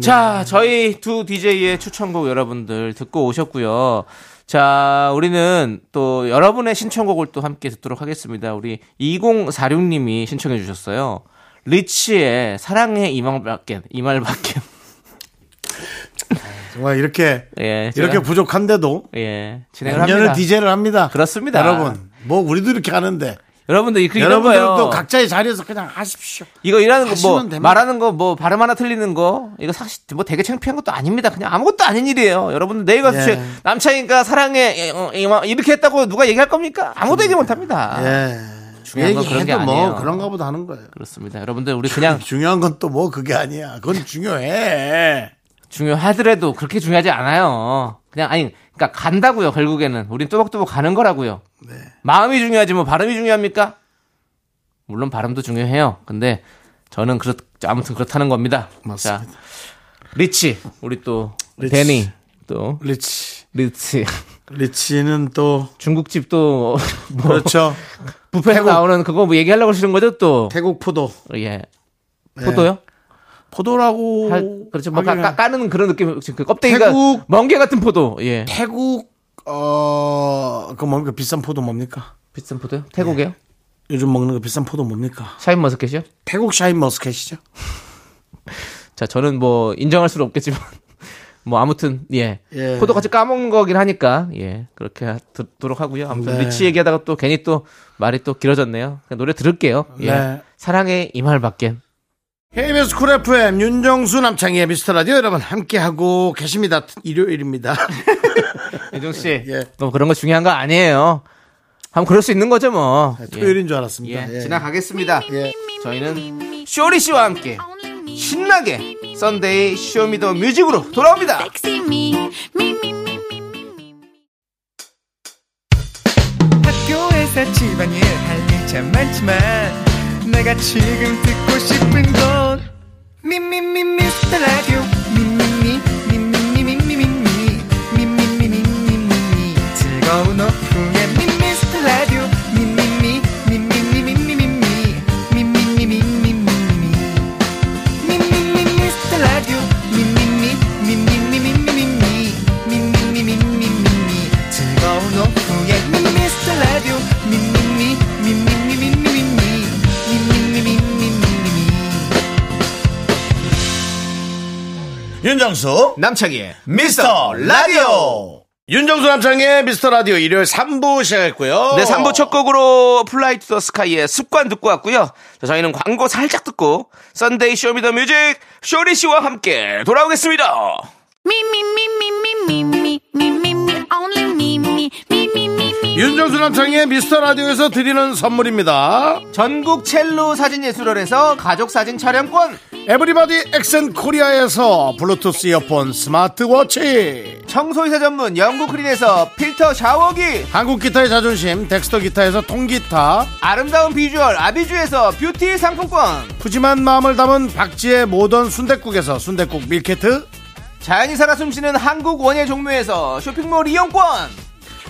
[SPEAKER 2] 자, 저희 두 DJ의 추천곡 여러분들 듣고 오셨고요. 자, 우리는 또 여러분의 신청곡을 또 함께 듣도록 하겠습니다. 우리 2046님이 신청해 주셨어요. 리치의 사랑해 이말밖엔 이말밖엔.
[SPEAKER 1] 정말 이렇게
[SPEAKER 2] 예. 제가-
[SPEAKER 1] 이렇게 부족한데도
[SPEAKER 2] 예. 진행을 합니다.
[SPEAKER 1] 연년을 DJ를 합니다.
[SPEAKER 2] 그렇습니다.
[SPEAKER 1] 여러분 뭐 우리도 이렇게 하는데
[SPEAKER 2] 여러분들 이렇게 이런 거예요.
[SPEAKER 1] 여러분들도 각자의 자리에서 그냥 하십시오.
[SPEAKER 2] 이거 일하는 거 뭐
[SPEAKER 1] 하시면 됩니다.
[SPEAKER 2] 말하는 거 뭐 발음 하나 틀리는 거 이거 사실 뭐 되게 창피한 것도 아닙니다. 그냥 아무것도 아닌 일이에요. 여러분들 내일 가서
[SPEAKER 1] 예.
[SPEAKER 2] 제 남창이가 사랑해 예, 어, 예, 막 이렇게 했다고 누가 얘기할 겁니까? 아무도 얘기 못 합니다.
[SPEAKER 1] 예.
[SPEAKER 2] 중요한 건 그런 게
[SPEAKER 1] 얘기해도 뭐
[SPEAKER 2] 아니에요.
[SPEAKER 1] 그런가 보다 하는 거예요.
[SPEAKER 2] 그렇습니다. 여러분들 우리 그냥
[SPEAKER 1] 중요한 건 또 뭐 그게 아니야. 그건 중요해.
[SPEAKER 2] 중요하더라도 그렇게 중요하지 않아요. 그냥 아니 그러니까 간다고요. 결국에는 우린 또박또박 가는 거라고요.
[SPEAKER 1] 네.
[SPEAKER 2] 마음이 중요하지 뭐 발음이 중요합니까? 물론 발음도 중요해요. 근데 저는 그렇 아무튼 그렇다는 겁니다.
[SPEAKER 1] 맞습니다.
[SPEAKER 2] 자, 리치 우리 또
[SPEAKER 1] 리치.
[SPEAKER 2] 데니 또
[SPEAKER 1] 리치.
[SPEAKER 2] 리치
[SPEAKER 1] 리치는 또
[SPEAKER 2] 중국집 또 뭐,
[SPEAKER 1] 그렇죠.
[SPEAKER 2] 뷔페
[SPEAKER 1] 태국.
[SPEAKER 2] 나오는 그거 뭐 얘기하려고 하시는 거죠 또?
[SPEAKER 1] 태국 포도.
[SPEAKER 2] 예. 포도요?
[SPEAKER 1] 포도라고
[SPEAKER 2] 할- 그렇죠. 뭐 까,
[SPEAKER 1] 하기는-
[SPEAKER 2] 까- 까는 그런 느낌 지금 그 껍데기가
[SPEAKER 1] 태국.
[SPEAKER 2] 멍게 같은 포도. 예.
[SPEAKER 1] 태국 어그 뭡니까 비싼 포도 뭡니까?
[SPEAKER 2] 비싼 포도요? 태국이요?
[SPEAKER 1] 네. 요즘 먹는 거 비싼 포도 뭡니까?
[SPEAKER 2] 샤인 머스켓이요?
[SPEAKER 1] 태국 샤인 머스켓이죠.
[SPEAKER 2] 자, 저는 뭐 인정할 수는 없겠지만 뭐 아무튼 예.
[SPEAKER 1] 예.
[SPEAKER 2] 포도같이 까먹는 거긴 하니까 예. 그렇게 하- 듣도록 하고요. 아무튼
[SPEAKER 1] 네.
[SPEAKER 2] 리치 얘기하다가 또 괜히 또 말이 또 길어졌네요. 그냥 노래 들을게요. 예.
[SPEAKER 1] 네.
[SPEAKER 2] 사랑의 이말밖엔
[SPEAKER 1] KBS 쿨 FM 윤정수 남창희의 미스터 라디오 여러분 함께 하고 계십니다. 일요일입니다.
[SPEAKER 2] 예종 씨.
[SPEAKER 1] 예.
[SPEAKER 2] 너무 그런 거 중요한 거 아니에요. 한번 그럴 수 있는 거죠, 뭐.
[SPEAKER 1] 네, 토요일인 줄
[SPEAKER 2] 예.
[SPEAKER 1] 알았습니다.
[SPEAKER 2] 예,
[SPEAKER 1] 예.
[SPEAKER 2] 지나가겠습니다.
[SPEAKER 1] 예.
[SPEAKER 2] 저희는 쇼리 씨와 함께 신나게 썬데이 쇼미더 뮤직으로 돌아옵니다.
[SPEAKER 7] Sexy me, me, me, me, me.
[SPEAKER 8] 학교에서 집안일 할 일 참 많지만 내가 지금 듣고 싶은 건
[SPEAKER 9] 네,
[SPEAKER 8] 미미미 미스터 라디오 미미미 미미미 미미미 미미미 미미미 즐거운 오후에 미스터 라디오 미미미 미미미 미미미 미미미 미미미
[SPEAKER 10] 윤정수
[SPEAKER 2] 남창희의
[SPEAKER 10] 미스터 라디오
[SPEAKER 1] 윤정수 남창의 미스터 라디오 일요일 3부 시작했고요.
[SPEAKER 2] 네, 3부 첫 곡으로 플라이 투 더 스카이의 습관 듣고 왔고요. 자, 저희는 광고 살짝 듣고 썬데이 쇼미더 뮤직 쇼리 씨와 함께 돌아오겠습니다.
[SPEAKER 7] Me, me, me, me, me, me, me, me, me, me, only me, me, me, me, me, me.
[SPEAKER 1] 윤정수 남창의 미스터 라디오에서 드리는 선물입니다.
[SPEAKER 2] 전국 첼로 사진예술원에서 가족사진 촬영권
[SPEAKER 1] 에브리바디 엑센 코리아에서 블루투스 이어폰 스마트워치.
[SPEAKER 2] 청소이사 전문 영국크린에서 필터 샤워기
[SPEAKER 1] 한국 기타의 자존심 덱스터 기타에서 통기타.
[SPEAKER 2] 아름다운 비주얼 아비주에서 뷰티 상품권
[SPEAKER 1] 푸짐한 마음을 담은 박지의 모던 순댓국에서 순댓국 밀키트.
[SPEAKER 2] 자연이 살아 숨쉬는 한국 원예 종묘에서 쇼핑몰 이용권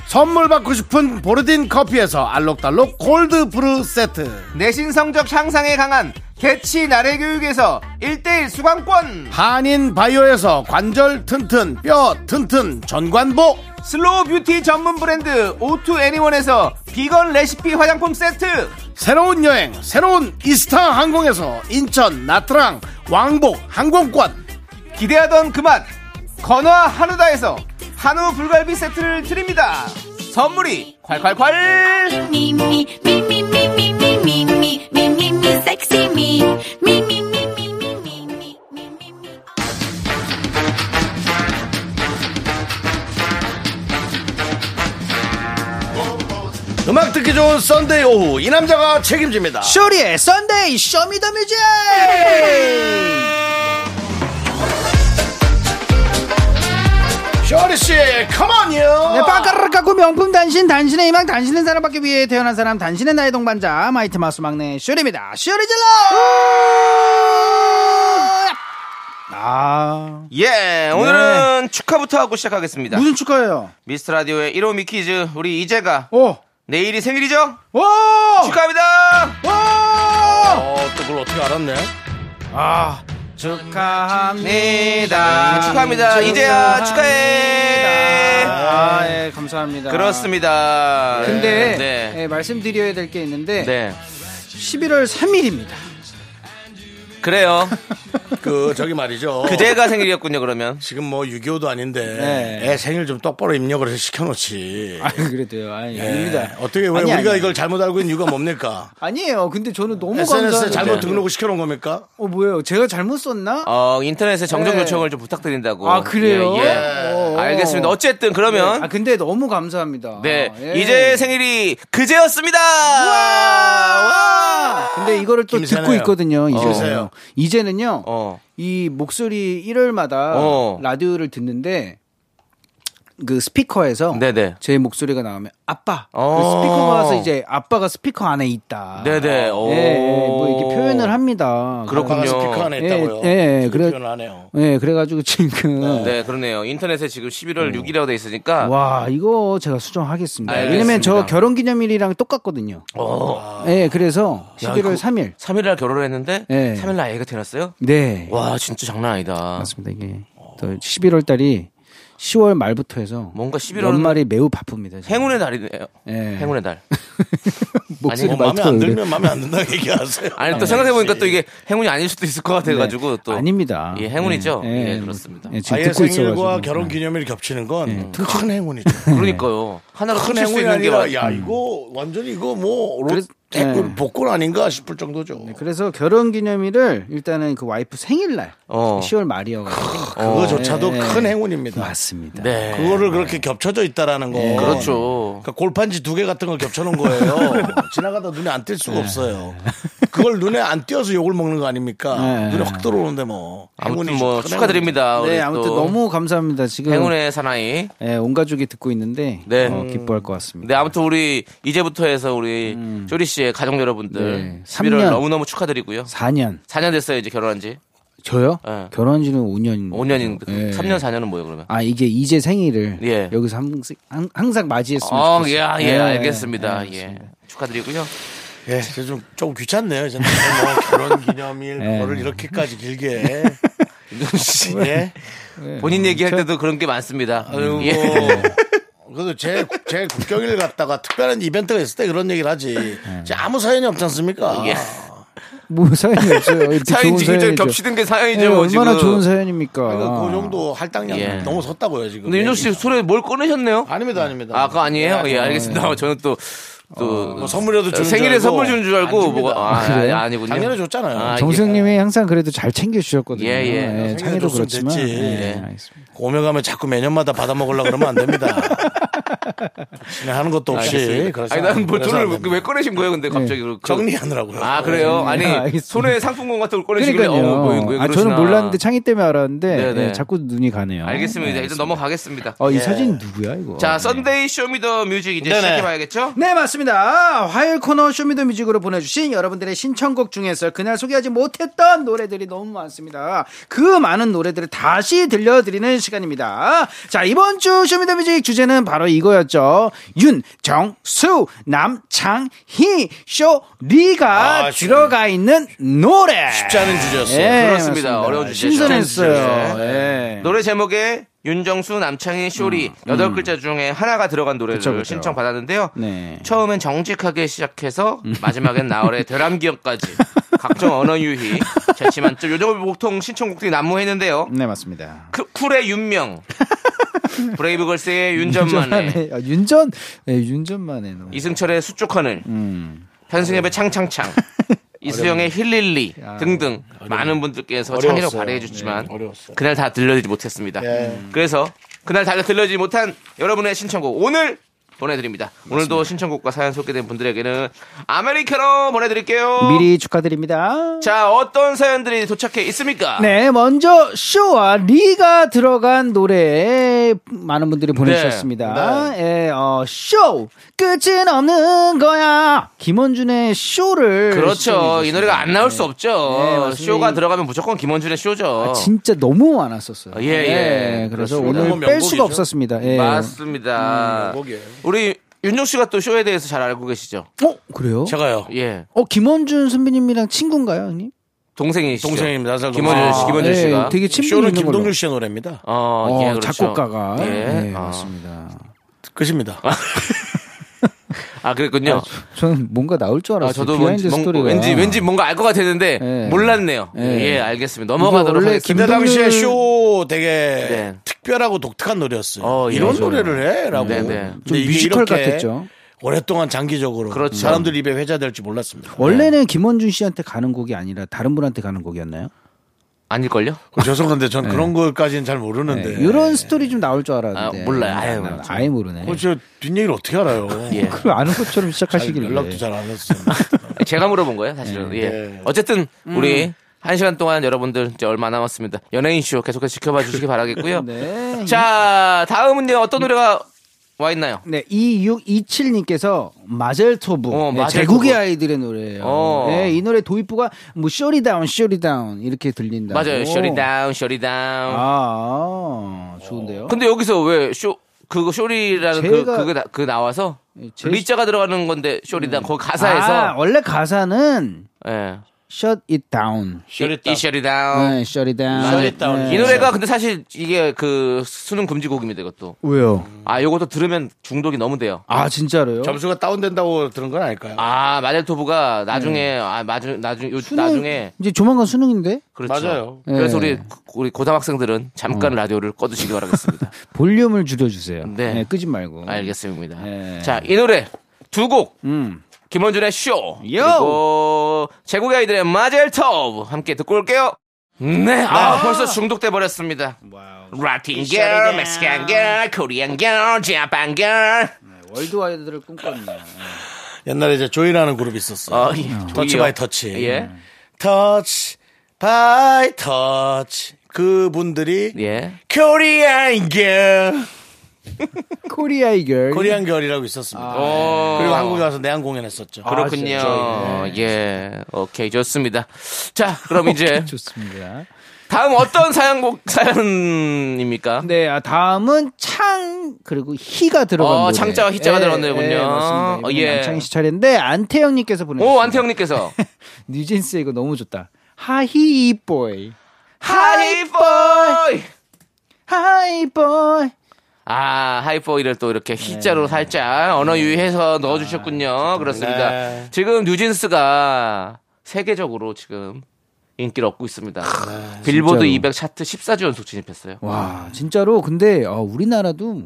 [SPEAKER 1] 선물 받고 싶은 보르딘 커피에서 알록달록 골드 브루 세트.
[SPEAKER 2] 내신 성적 향상에 강한 개치 나래 교육에서 1대1 수강권
[SPEAKER 1] 한인 바이오에서 관절 튼튼, 뼈 튼튼, 전관보.
[SPEAKER 2] 슬로우 뷰티 전문 브랜드 오투 애니원에서 비건 레시피 화장품 세트
[SPEAKER 1] 새로운 여행, 새로운 이스타 항공에서 인천, 나트랑, 왕복, 항공권.
[SPEAKER 2] 기대하던 그맛 건화 한우다에서 한우 불갈비 세트를 드립니다 선물이 콸콸콸
[SPEAKER 7] Me, me, me, me, me, me, me, me, me, me, me, me, sexy me. Me, me, me, me, me, me, me, me, me, me.
[SPEAKER 1] 음악 듣기 좋은 썬데이 오후. 이 남자가 책임집니다.
[SPEAKER 9] 쇼리의 썬데이 쇼미더뮤직
[SPEAKER 1] 쇼리씨, 컴온요.
[SPEAKER 9] 네, 빠까르르 깎고 명품 단신 단신의 희망 단신의 사랑받기 위해 태어난 사람 단신의 나의 동반자 마이트 마우스 막내 쇼리입니다 쇼리 질러 아
[SPEAKER 2] 예 오늘은 축하부터 하고 시작하겠습니다
[SPEAKER 9] 네. 무슨 축하해요
[SPEAKER 2] 미스터 라디오의 1호 미키즈 우리 이재가
[SPEAKER 9] 오
[SPEAKER 2] 내일이 생일이죠?
[SPEAKER 9] 오!
[SPEAKER 2] 축하합니다
[SPEAKER 9] 오!
[SPEAKER 1] 어, 또 그걸 어떻게 알았네?
[SPEAKER 9] 아, 축하합니다.
[SPEAKER 2] 축하합니다 이재야 축하해
[SPEAKER 9] 음, 아,
[SPEAKER 1] 네.
[SPEAKER 9] 예, 감사합니다.
[SPEAKER 2] 그렇습니다
[SPEAKER 9] 근데
[SPEAKER 2] 네.
[SPEAKER 9] 예, 말씀드려야 될 게 있는데
[SPEAKER 2] 네
[SPEAKER 9] 11월 3일입니다.
[SPEAKER 2] 그래요
[SPEAKER 1] 그, 저기 말이죠.
[SPEAKER 2] 그제가 생일이었군요 그러면
[SPEAKER 1] 지금 뭐 6.25도 아닌데
[SPEAKER 9] 네.
[SPEAKER 1] 애 생일 좀 똑바로 입력을 해서 시켜놓지.
[SPEAKER 9] 아, 그래도요. 아니,
[SPEAKER 1] 예.
[SPEAKER 9] 아닙니다.
[SPEAKER 1] 어떻게 왜
[SPEAKER 9] 아니,
[SPEAKER 1] 우리가
[SPEAKER 9] 아니.
[SPEAKER 1] 이걸 잘못 알고 있는 이유가 뭡니까?
[SPEAKER 9] 아니에요. 근데 저는 너무
[SPEAKER 1] SNS에
[SPEAKER 9] 감사해요.
[SPEAKER 1] 잘못 등록을 시켜놓은 겁니까?
[SPEAKER 9] 어, 뭐예요? 제가 잘못 썼나?
[SPEAKER 2] 어, 인터넷에 정정
[SPEAKER 9] 네.
[SPEAKER 2] 요청을 좀 부탁드린다고.
[SPEAKER 9] 아, 그래요?
[SPEAKER 2] 예, 예.
[SPEAKER 9] 어.
[SPEAKER 2] 알겠습니다. 어쨌든 그러면
[SPEAKER 9] 아, 근데 너무 감사합니다.
[SPEAKER 2] 네
[SPEAKER 9] 예.
[SPEAKER 2] 이제 생일이 그제였습니다. 와!
[SPEAKER 9] 근데 이거를 또
[SPEAKER 1] 김새네요. 어.
[SPEAKER 9] 듣고 있거든요. 이제.
[SPEAKER 1] 김새요.
[SPEAKER 9] 이제는요.
[SPEAKER 2] 어.
[SPEAKER 9] 이 목소리 일요일마다
[SPEAKER 2] 어.
[SPEAKER 9] 라디오를 듣는데 그 스피커에서
[SPEAKER 2] 네네.
[SPEAKER 9] 제 목소리가 나오면 아빠
[SPEAKER 2] 어.
[SPEAKER 9] 그 스피커가 와서 이제 아빠가 스피커 안에 있다.
[SPEAKER 2] 네네. 오.
[SPEAKER 9] 예, 예, 뭐 이렇게 표현을 합니다.
[SPEAKER 2] 그렇군요.
[SPEAKER 1] 아빠가 스피커 안에 있다고요.
[SPEAKER 9] 예, 예, 예, 그래-
[SPEAKER 1] 그래. 표현하네요.
[SPEAKER 9] 예, 그래가지고 지금
[SPEAKER 2] 네 그러네요. 인터넷에 지금 11월 6일이라고 돼 있으니까.
[SPEAKER 9] 음. 와 이거 제가 수정하겠습니다.
[SPEAKER 2] 아, 알겠습니다.
[SPEAKER 9] 왜냐면 저 결혼기념일이랑 똑같거든요. 예, 그래서 11월 3일.
[SPEAKER 2] 3일날 어, 결혼을 했는데
[SPEAKER 9] 네.
[SPEAKER 2] 3일날 애가 태어났어요?
[SPEAKER 9] 네,
[SPEAKER 2] 와 진짜 장난 아니다.
[SPEAKER 9] 맞습니다. 이게 또 11월 달이 10월 말부터 해서
[SPEAKER 2] 뭔가 11월은
[SPEAKER 9] 연말이 매우 바쁩니다. 지금.
[SPEAKER 2] 행운의 달이네요.
[SPEAKER 9] 예.
[SPEAKER 2] 행운의 달.
[SPEAKER 9] 목소리
[SPEAKER 1] 뭐 마음에
[SPEAKER 9] 말투가
[SPEAKER 1] 안
[SPEAKER 9] 그래.
[SPEAKER 1] 들면 마음에 안 든다고 얘기하세요.
[SPEAKER 2] 아니 또 생각해 보니까 또 이게 행운이 아닐 수도 있을 것 같아가지고 또
[SPEAKER 9] 네. 아닙니다.
[SPEAKER 2] 예, 행운이죠?
[SPEAKER 9] 예,
[SPEAKER 2] 예,
[SPEAKER 9] 예,
[SPEAKER 2] 그렇습니다.
[SPEAKER 9] 예, 지금
[SPEAKER 1] 아예
[SPEAKER 9] 듣고
[SPEAKER 1] 생일과
[SPEAKER 9] 있어가지고.
[SPEAKER 1] 결혼 기념일이 겹치는
[SPEAKER 9] 예.
[SPEAKER 1] 건 큰 행운이죠.
[SPEAKER 2] 그러니까요. 하나로
[SPEAKER 1] 큰
[SPEAKER 2] 칠 수
[SPEAKER 1] 행운이
[SPEAKER 2] 있는 게
[SPEAKER 1] 아니라
[SPEAKER 2] 맞-
[SPEAKER 1] 야 이거 완전히 이거 뭐 로-
[SPEAKER 9] 그래서-
[SPEAKER 1] 댓글
[SPEAKER 9] 예.
[SPEAKER 1] 복권 아닌가 싶을 정도죠.
[SPEAKER 9] 그래서 결혼기념일을 일단은 그 와이프 생일날
[SPEAKER 2] 어.
[SPEAKER 9] 10월 말이어가지고
[SPEAKER 1] 그거조차도
[SPEAKER 9] 예, 예.
[SPEAKER 1] 큰 행운입니다.
[SPEAKER 9] 맞습니다.
[SPEAKER 2] 네.
[SPEAKER 1] 그거를 그렇게 겹쳐져 있다라는 거.
[SPEAKER 9] 예.
[SPEAKER 2] 그렇죠.
[SPEAKER 1] 그러니까 골판지 두 개 같은 걸 겹쳐놓은 거예요. 지나가다 눈에 안 띌 수가 없어요. 그걸 눈에 안 띄어서 욕을 먹는 거 아닙니까?
[SPEAKER 9] 네.
[SPEAKER 1] 눈에 확 들어오는데 뭐.
[SPEAKER 2] 아무튼
[SPEAKER 1] 행운이
[SPEAKER 2] 뭐
[SPEAKER 1] 큰
[SPEAKER 2] 축하드립니다. 우리
[SPEAKER 9] 네, 아무튼
[SPEAKER 2] 또
[SPEAKER 9] 너무 감사합니다. 지금
[SPEAKER 2] 행운의 사나이.
[SPEAKER 9] 예, 온 가족이 듣고 있는데
[SPEAKER 2] 네.
[SPEAKER 9] 어, 기뻐할 것 같습니다.
[SPEAKER 2] 네, 아무튼 우리 이제부터 해서 우리 쇼리 씨의 가족 여러분들
[SPEAKER 9] 네.
[SPEAKER 2] 11월
[SPEAKER 9] 삼년.
[SPEAKER 2] 너무너무 축하드리고요.
[SPEAKER 9] 4년
[SPEAKER 2] 4년 됐어요, 이제 결혼한 지.
[SPEAKER 9] 저요?
[SPEAKER 2] 예.
[SPEAKER 9] 결혼한 지는 5년
[SPEAKER 2] 5년인 그
[SPEAKER 9] 예.
[SPEAKER 2] 3년 4년은 뭐예요, 그러면?
[SPEAKER 9] 아 이게 이제 생일을
[SPEAKER 2] 예.
[SPEAKER 9] 여기서 항상, 항- 항상 맞이했으면
[SPEAKER 2] 어, 예,
[SPEAKER 9] 좋겠어요. 네.
[SPEAKER 2] 예, 알겠습니다.
[SPEAKER 9] 예,
[SPEAKER 2] 예. 축하드리고요.
[SPEAKER 1] 예, 그래서 좀, 조금 귀찮네요. 이제 뭐 결혼 기념일,
[SPEAKER 9] 예.
[SPEAKER 1] 그거를 이렇게까지 길게. 예.
[SPEAKER 2] 본인 얘기할 때도 그런 게 많습니다.
[SPEAKER 1] 그리고
[SPEAKER 2] 네. 예.
[SPEAKER 1] 그래도 제, 제 국경일 갔다가 특별한 이벤트가 있을 때 그런 얘기를 하지. 이제 아무 사연이 없지 않습니까?
[SPEAKER 2] 예.
[SPEAKER 9] 뭐 사연이 없어요. 이렇게 좋은
[SPEAKER 2] 사연이 지금
[SPEAKER 9] 사연이죠.
[SPEAKER 2] 겹치는 게 사연이죠,
[SPEAKER 9] 네,
[SPEAKER 2] 뭐
[SPEAKER 9] 얼마나
[SPEAKER 2] 지금.
[SPEAKER 9] 좋은 사연입니까?
[SPEAKER 1] 그러니까 그 정도 할당량
[SPEAKER 2] 예.
[SPEAKER 1] 넘어섰다고요 지금. 예.
[SPEAKER 2] 근데 윤종 씨 소리 뭘 꺼내셨네요?
[SPEAKER 1] 아닙니다, 아닙니다.
[SPEAKER 2] 아, 그거 아니에요?
[SPEAKER 1] 네,
[SPEAKER 2] 예, 알겠습니다. 저는 또, 또.
[SPEAKER 1] 뭐 선물이라도 주는 줄
[SPEAKER 2] 생일에
[SPEAKER 1] 알고.
[SPEAKER 2] 선물 주는 줄 알고.
[SPEAKER 1] 안 줍니다.
[SPEAKER 2] 뭐가, 아, 아,
[SPEAKER 9] 그래요?
[SPEAKER 2] 아니군요.
[SPEAKER 1] 작년에 줬잖아요.
[SPEAKER 2] 아,
[SPEAKER 9] 정수영님이 항상 그래도 잘 챙겨주셨거든요.
[SPEAKER 2] 예, 예.
[SPEAKER 1] 생일에
[SPEAKER 9] 창의도
[SPEAKER 1] 줬으면
[SPEAKER 9] 그렇지만.
[SPEAKER 1] 됐지.
[SPEAKER 9] 예,
[SPEAKER 2] 예.
[SPEAKER 9] 알겠습니다.
[SPEAKER 1] 오며 가면 자꾸 매년마다 받아 먹으려고 그러면 안 됩니다. 진행하는 것도 없이.
[SPEAKER 2] 알겠습니다.
[SPEAKER 1] 그래서
[SPEAKER 2] 아니,
[SPEAKER 1] 안-
[SPEAKER 2] 난뭐
[SPEAKER 1] 그래서 안
[SPEAKER 2] 돈을
[SPEAKER 1] 됩니다.
[SPEAKER 2] 왜 꺼내신 거예요? 근데 갑자기. 그-
[SPEAKER 1] 정리하느라고요.
[SPEAKER 2] 아, 그래요? 아니,
[SPEAKER 9] 아, 알겠습니다.
[SPEAKER 2] 손에 상품권 같은 걸 꺼내시길래.
[SPEAKER 9] 그러니까요.
[SPEAKER 2] 어, 뭐, 왜
[SPEAKER 9] 아, 저는
[SPEAKER 2] 그러시나.
[SPEAKER 9] 몰랐는데 창의 때문에 알았는데
[SPEAKER 2] 네, 네.
[SPEAKER 9] 예, 자꾸 눈이 가네요.
[SPEAKER 2] 알겠습니다. 네.
[SPEAKER 9] 예.
[SPEAKER 2] 일단 넘어가겠습니다.
[SPEAKER 9] 어, 이 사진 누구야 이거?
[SPEAKER 2] 자, 썬데이 쇼미더 뮤직 이제
[SPEAKER 1] 네네.
[SPEAKER 2] 시작해봐야겠죠?
[SPEAKER 8] 네 맞습니다 화요일 코너 쇼미더뮤직으로 보내주신 여러분들의 신청곡 중에서 그날 소개하지 못했던 노래들이 너무 많습니다 그 많은 노래들을 다시 들려드리는 시간입니다 자 이번 주 쇼미더뮤직 주제는 바로 이거였죠 윤정수 남창희 쇼리가
[SPEAKER 1] 아,
[SPEAKER 8] 들어가 있는 노래 네,
[SPEAKER 1] 쉽지 않은 주제였어요.
[SPEAKER 2] 그렇습니다. 어려운 주제죠.
[SPEAKER 8] 신선했어요
[SPEAKER 9] 네.
[SPEAKER 8] 예.
[SPEAKER 2] 노래 제목에 윤정수, 남창희, 쇼리 여덟 글자 중에 하나가 들어간 노래를
[SPEAKER 9] 음, 그쵸, 그쵸.
[SPEAKER 2] 신청 받았는데요.
[SPEAKER 9] 네. 음.
[SPEAKER 2] 처음엔 정직하게 시작해서 마지막엔 나월의 대람기역까지 각종 언어 유희 그렇지만 좀 요즘 보통 신청곡들이 난무했는데요.
[SPEAKER 9] 네 맞습니다.
[SPEAKER 2] 크- 쿨의 윤명, 브레이브걸스의 윤전만의
[SPEAKER 9] 아, 윤전 예, 윤전만에 너.
[SPEAKER 2] 이승철의 수쪽 하늘,
[SPEAKER 8] 음.
[SPEAKER 2] 현승엽의 창창창, 이수영의 힐릴리 등등 많은 분들께서 창의력 발휘해 주셨지만
[SPEAKER 8] 네,
[SPEAKER 2] 그날 다 들려드리지 못했습니다.
[SPEAKER 8] 예.
[SPEAKER 2] 음. 그래서 그날 다 들려드리지 못한 여러분의 신청곡 오늘 보내드립니다. 오늘도 신청곡과 사연 소개된 분들에게는 아메리카노 보내드릴게요.
[SPEAKER 8] 미리 축하드립니다
[SPEAKER 2] 자 어떤 사연들이 도착해 있습니까?
[SPEAKER 8] 네, 먼저 쇼와 리가 들어간 노래 많은 분들이
[SPEAKER 2] 네.
[SPEAKER 8] 보내주셨습니다. 예, 어, 쇼 끝은 없는 거야. 김원준의 쇼를
[SPEAKER 2] 그렇죠.
[SPEAKER 8] 시청해주셨습니다.
[SPEAKER 2] 이 노래가 안 나올 수
[SPEAKER 8] 네,
[SPEAKER 2] 없죠.
[SPEAKER 8] 맞습니다.
[SPEAKER 2] 쇼가 들어가면 무조건 김원준의 쇼죠.
[SPEAKER 9] 아, 진짜 너무 많았었어요.
[SPEAKER 2] 어.
[SPEAKER 9] 네,
[SPEAKER 2] 예, 예.
[SPEAKER 9] 그래서
[SPEAKER 2] 그렇습니다.
[SPEAKER 9] 오늘
[SPEAKER 1] 너무
[SPEAKER 9] 뺄
[SPEAKER 1] 명곡이죠.
[SPEAKER 9] 수가 없었습니다. 예.
[SPEAKER 2] 맞습니다.
[SPEAKER 1] 명곡이에요.
[SPEAKER 2] 우리 윤종 씨가 또 쇼에 대해서 잘 알고 계시죠?
[SPEAKER 9] 어 그래요?
[SPEAKER 1] 제가요.
[SPEAKER 2] 예.
[SPEAKER 9] 어 김원준 선배님이랑 친구인가요, 형님?
[SPEAKER 2] 동생이시죠?
[SPEAKER 1] 동생입니다. 나살
[SPEAKER 2] 김원준 씨, 김원준
[SPEAKER 9] 예,
[SPEAKER 2] 씨가.
[SPEAKER 9] 되게 친분
[SPEAKER 1] 쇼는
[SPEAKER 9] 있는 걸로.
[SPEAKER 1] 김동률 씨의 노래입니다.
[SPEAKER 2] 어,
[SPEAKER 9] 어,
[SPEAKER 2] 예, 그렇죠.
[SPEAKER 9] 작곡가가
[SPEAKER 2] 예.
[SPEAKER 9] 네,
[SPEAKER 2] 아.
[SPEAKER 9] 맞습니다.
[SPEAKER 1] 끝입니다.
[SPEAKER 2] 아, 그랬군요.
[SPEAKER 9] 저는 뭔가 나올 줄
[SPEAKER 2] 아,
[SPEAKER 9] 알았어요.
[SPEAKER 2] 저도 뭔지,
[SPEAKER 9] 비하인드
[SPEAKER 2] 뭔-
[SPEAKER 9] 스토리가.
[SPEAKER 2] 왠지, 왠지 뭔가 알 것 같았는데,
[SPEAKER 9] 예.
[SPEAKER 2] 몰랐네요.
[SPEAKER 9] 예.
[SPEAKER 2] 예, 알겠습니다. 넘어가도록
[SPEAKER 9] 원래
[SPEAKER 2] 하겠습니다.
[SPEAKER 1] 근데
[SPEAKER 9] 김동률-
[SPEAKER 1] 당시에 쇼 되게
[SPEAKER 2] 네.
[SPEAKER 1] 특별하고 독특한 노래였어요.
[SPEAKER 2] 어, 예,
[SPEAKER 1] 이런
[SPEAKER 2] 맞아요.
[SPEAKER 1] 노래를 해라고.
[SPEAKER 2] 네, 네.
[SPEAKER 1] 근데
[SPEAKER 9] 좀
[SPEAKER 1] 이게
[SPEAKER 9] 뮤지컬
[SPEAKER 1] 이렇게
[SPEAKER 9] 같았죠.
[SPEAKER 1] 오랫동안 장기적으로
[SPEAKER 2] 그렇죠.
[SPEAKER 1] 사람들 입에 회자될 줄 몰랐습니다.
[SPEAKER 9] 원래는 김원준 씨한테 가는 곡이 아니라 다른 분한테 가는 곡이었나요?
[SPEAKER 2] 아닐걸요?
[SPEAKER 1] 어, 죄송한데
[SPEAKER 2] 네.
[SPEAKER 1] 전 그런 것까지는 잘 모르는데.
[SPEAKER 9] 이런 스토리 좀 나올 줄 알았는데.
[SPEAKER 2] 아, 몰라요. 아예
[SPEAKER 9] 아,
[SPEAKER 2] 몰라요.
[SPEAKER 9] 아예 모르네.
[SPEAKER 1] 어, 저 뒷얘기를 어떻게 알아요?
[SPEAKER 2] 예. 네.
[SPEAKER 9] 그걸 아는 것처럼
[SPEAKER 1] 아니,
[SPEAKER 9] 시작하시길래.
[SPEAKER 1] 연락도 잘 안 했어요.
[SPEAKER 2] 제가 물어본 거예요, 사실은. 예.
[SPEAKER 1] 네.
[SPEAKER 2] 어쨌든
[SPEAKER 9] 음.
[SPEAKER 2] 우리 한 시간 동안 여러분들 이제 얼마 남았습니다. 연예인 쇼 계속해서 지켜봐 주시기 바라겠고요. 자, 다음은요 어떤 노래가 와 있나요?
[SPEAKER 9] 네, 2627님께서 마젤토브.
[SPEAKER 2] 어,
[SPEAKER 9] 네,
[SPEAKER 2] 마젤토브.
[SPEAKER 9] 제국의 아이들의 노래예요.
[SPEAKER 2] 어.
[SPEAKER 9] 네, 이 노래 도입부가 뭐 쇼리다운, 쇼리다운 이렇게 들린다.
[SPEAKER 2] 맞아요, 쇼리다운, 쇼리다운.
[SPEAKER 9] 아, 아, 좋은데요.
[SPEAKER 2] 근데 여기서 왜 쇼 그거 쇼리라는 그
[SPEAKER 9] 제가-
[SPEAKER 2] 그게 나, 그 나와서
[SPEAKER 9] 네, 제-
[SPEAKER 2] 리자가 들어가는 건데 쇼리다운 거기 가사에서
[SPEAKER 9] 아, 원래 가사는
[SPEAKER 1] 아.
[SPEAKER 2] 예.
[SPEAKER 9] shut it down.
[SPEAKER 2] 이, 이 쇼리다운.
[SPEAKER 9] 네, shut it down.
[SPEAKER 2] 맞아요.
[SPEAKER 9] 네.
[SPEAKER 2] 이 노래가 근데 사실 이게 그 수능 금지곡입니다 이것도.
[SPEAKER 9] 왜요?
[SPEAKER 1] 음.
[SPEAKER 2] 아 요것도 들으면 중독이 너무 돼요.
[SPEAKER 9] 아, 진짜로요?
[SPEAKER 1] 점수가 다운된다고 들은 건 아닐까요?
[SPEAKER 2] 아 마델토브가 나중에 아 마중 나중 요
[SPEAKER 9] 네. 수능-
[SPEAKER 2] 나중에
[SPEAKER 9] 이제 조만간 수능인데
[SPEAKER 2] 그렇죠.
[SPEAKER 1] 맞아요.
[SPEAKER 2] 그래서
[SPEAKER 9] 예.
[SPEAKER 2] 우리 우리 고등학생들은 잠깐
[SPEAKER 9] 어.
[SPEAKER 2] 라디오를 꺼두시기 바라겠습니다.
[SPEAKER 9] 네. 볼륨을 줄여주세요.
[SPEAKER 2] 네.
[SPEAKER 9] 네, 끄지 말고.
[SPEAKER 2] 알겠습니다.
[SPEAKER 9] 예.
[SPEAKER 2] 자 이 노래 두 곡. 김원준의 쇼 그리고 제국의 아이들의 마젤토브 함께 듣고 올게요. 네, 아, 벌써 중독돼 버렸습니다. 라틴 걸, 멕시칸 걸, 코리안 걸, 자판 걸.
[SPEAKER 9] 월드와이드를 꿈꿨네요.
[SPEAKER 1] 옛날에 이제 조이라는 그룹이 있었어요.
[SPEAKER 2] 어, 예,
[SPEAKER 1] 터치
[SPEAKER 2] 저기요.
[SPEAKER 1] 바이 터치.
[SPEAKER 2] 예,
[SPEAKER 1] 터치 바이 터치. 그분들이
[SPEAKER 2] 예.
[SPEAKER 1] 코리안 걸.
[SPEAKER 9] 코리아 이걸.
[SPEAKER 2] 그
[SPEAKER 1] 코리안 걸이라고 있었습니다.
[SPEAKER 2] 어.
[SPEAKER 1] 그리고 한국에 아, 와서 내한 공연했었죠.
[SPEAKER 2] 아, 그렇군요. 예. 오케이, 좋습니다. 자, 그럼 이제
[SPEAKER 9] 좋습니다.
[SPEAKER 2] 다음 어떤 사연곡 사연입니까?
[SPEAKER 9] 네, 아, 다음은 창 그리고 희가 들어간
[SPEAKER 2] 어,
[SPEAKER 9] 노래. 예,
[SPEAKER 2] 창자와 희자가 들어갔네요, 군요.
[SPEAKER 9] 맞습니다.
[SPEAKER 2] 어,
[SPEAKER 9] 이번엔
[SPEAKER 2] 예.
[SPEAKER 9] 남창희 씨 차례인데 안태영님께서 보내주셨어요.
[SPEAKER 2] 오, 안태형님께서
[SPEAKER 9] 뉴진스 이거 너무 좋다. 하이 보이,
[SPEAKER 2] 하이보이.
[SPEAKER 9] 하이 보이.
[SPEAKER 2] 아, 하이보이를 또 이렇게 희자로
[SPEAKER 9] 네. 아,
[SPEAKER 2] 살짝 언어 유의해서 넣어주셨군요. 그렇습니다.
[SPEAKER 1] 네.
[SPEAKER 2] 지금 뉴진스가 세계적으로 지금 인기를 얻고 있습니다. 빌보드
[SPEAKER 9] 아, 네. 진짜로.
[SPEAKER 2] 200 차트 14주 연속 진입했어요. 네.
[SPEAKER 9] 와 진짜로 근데 어, 우리나라도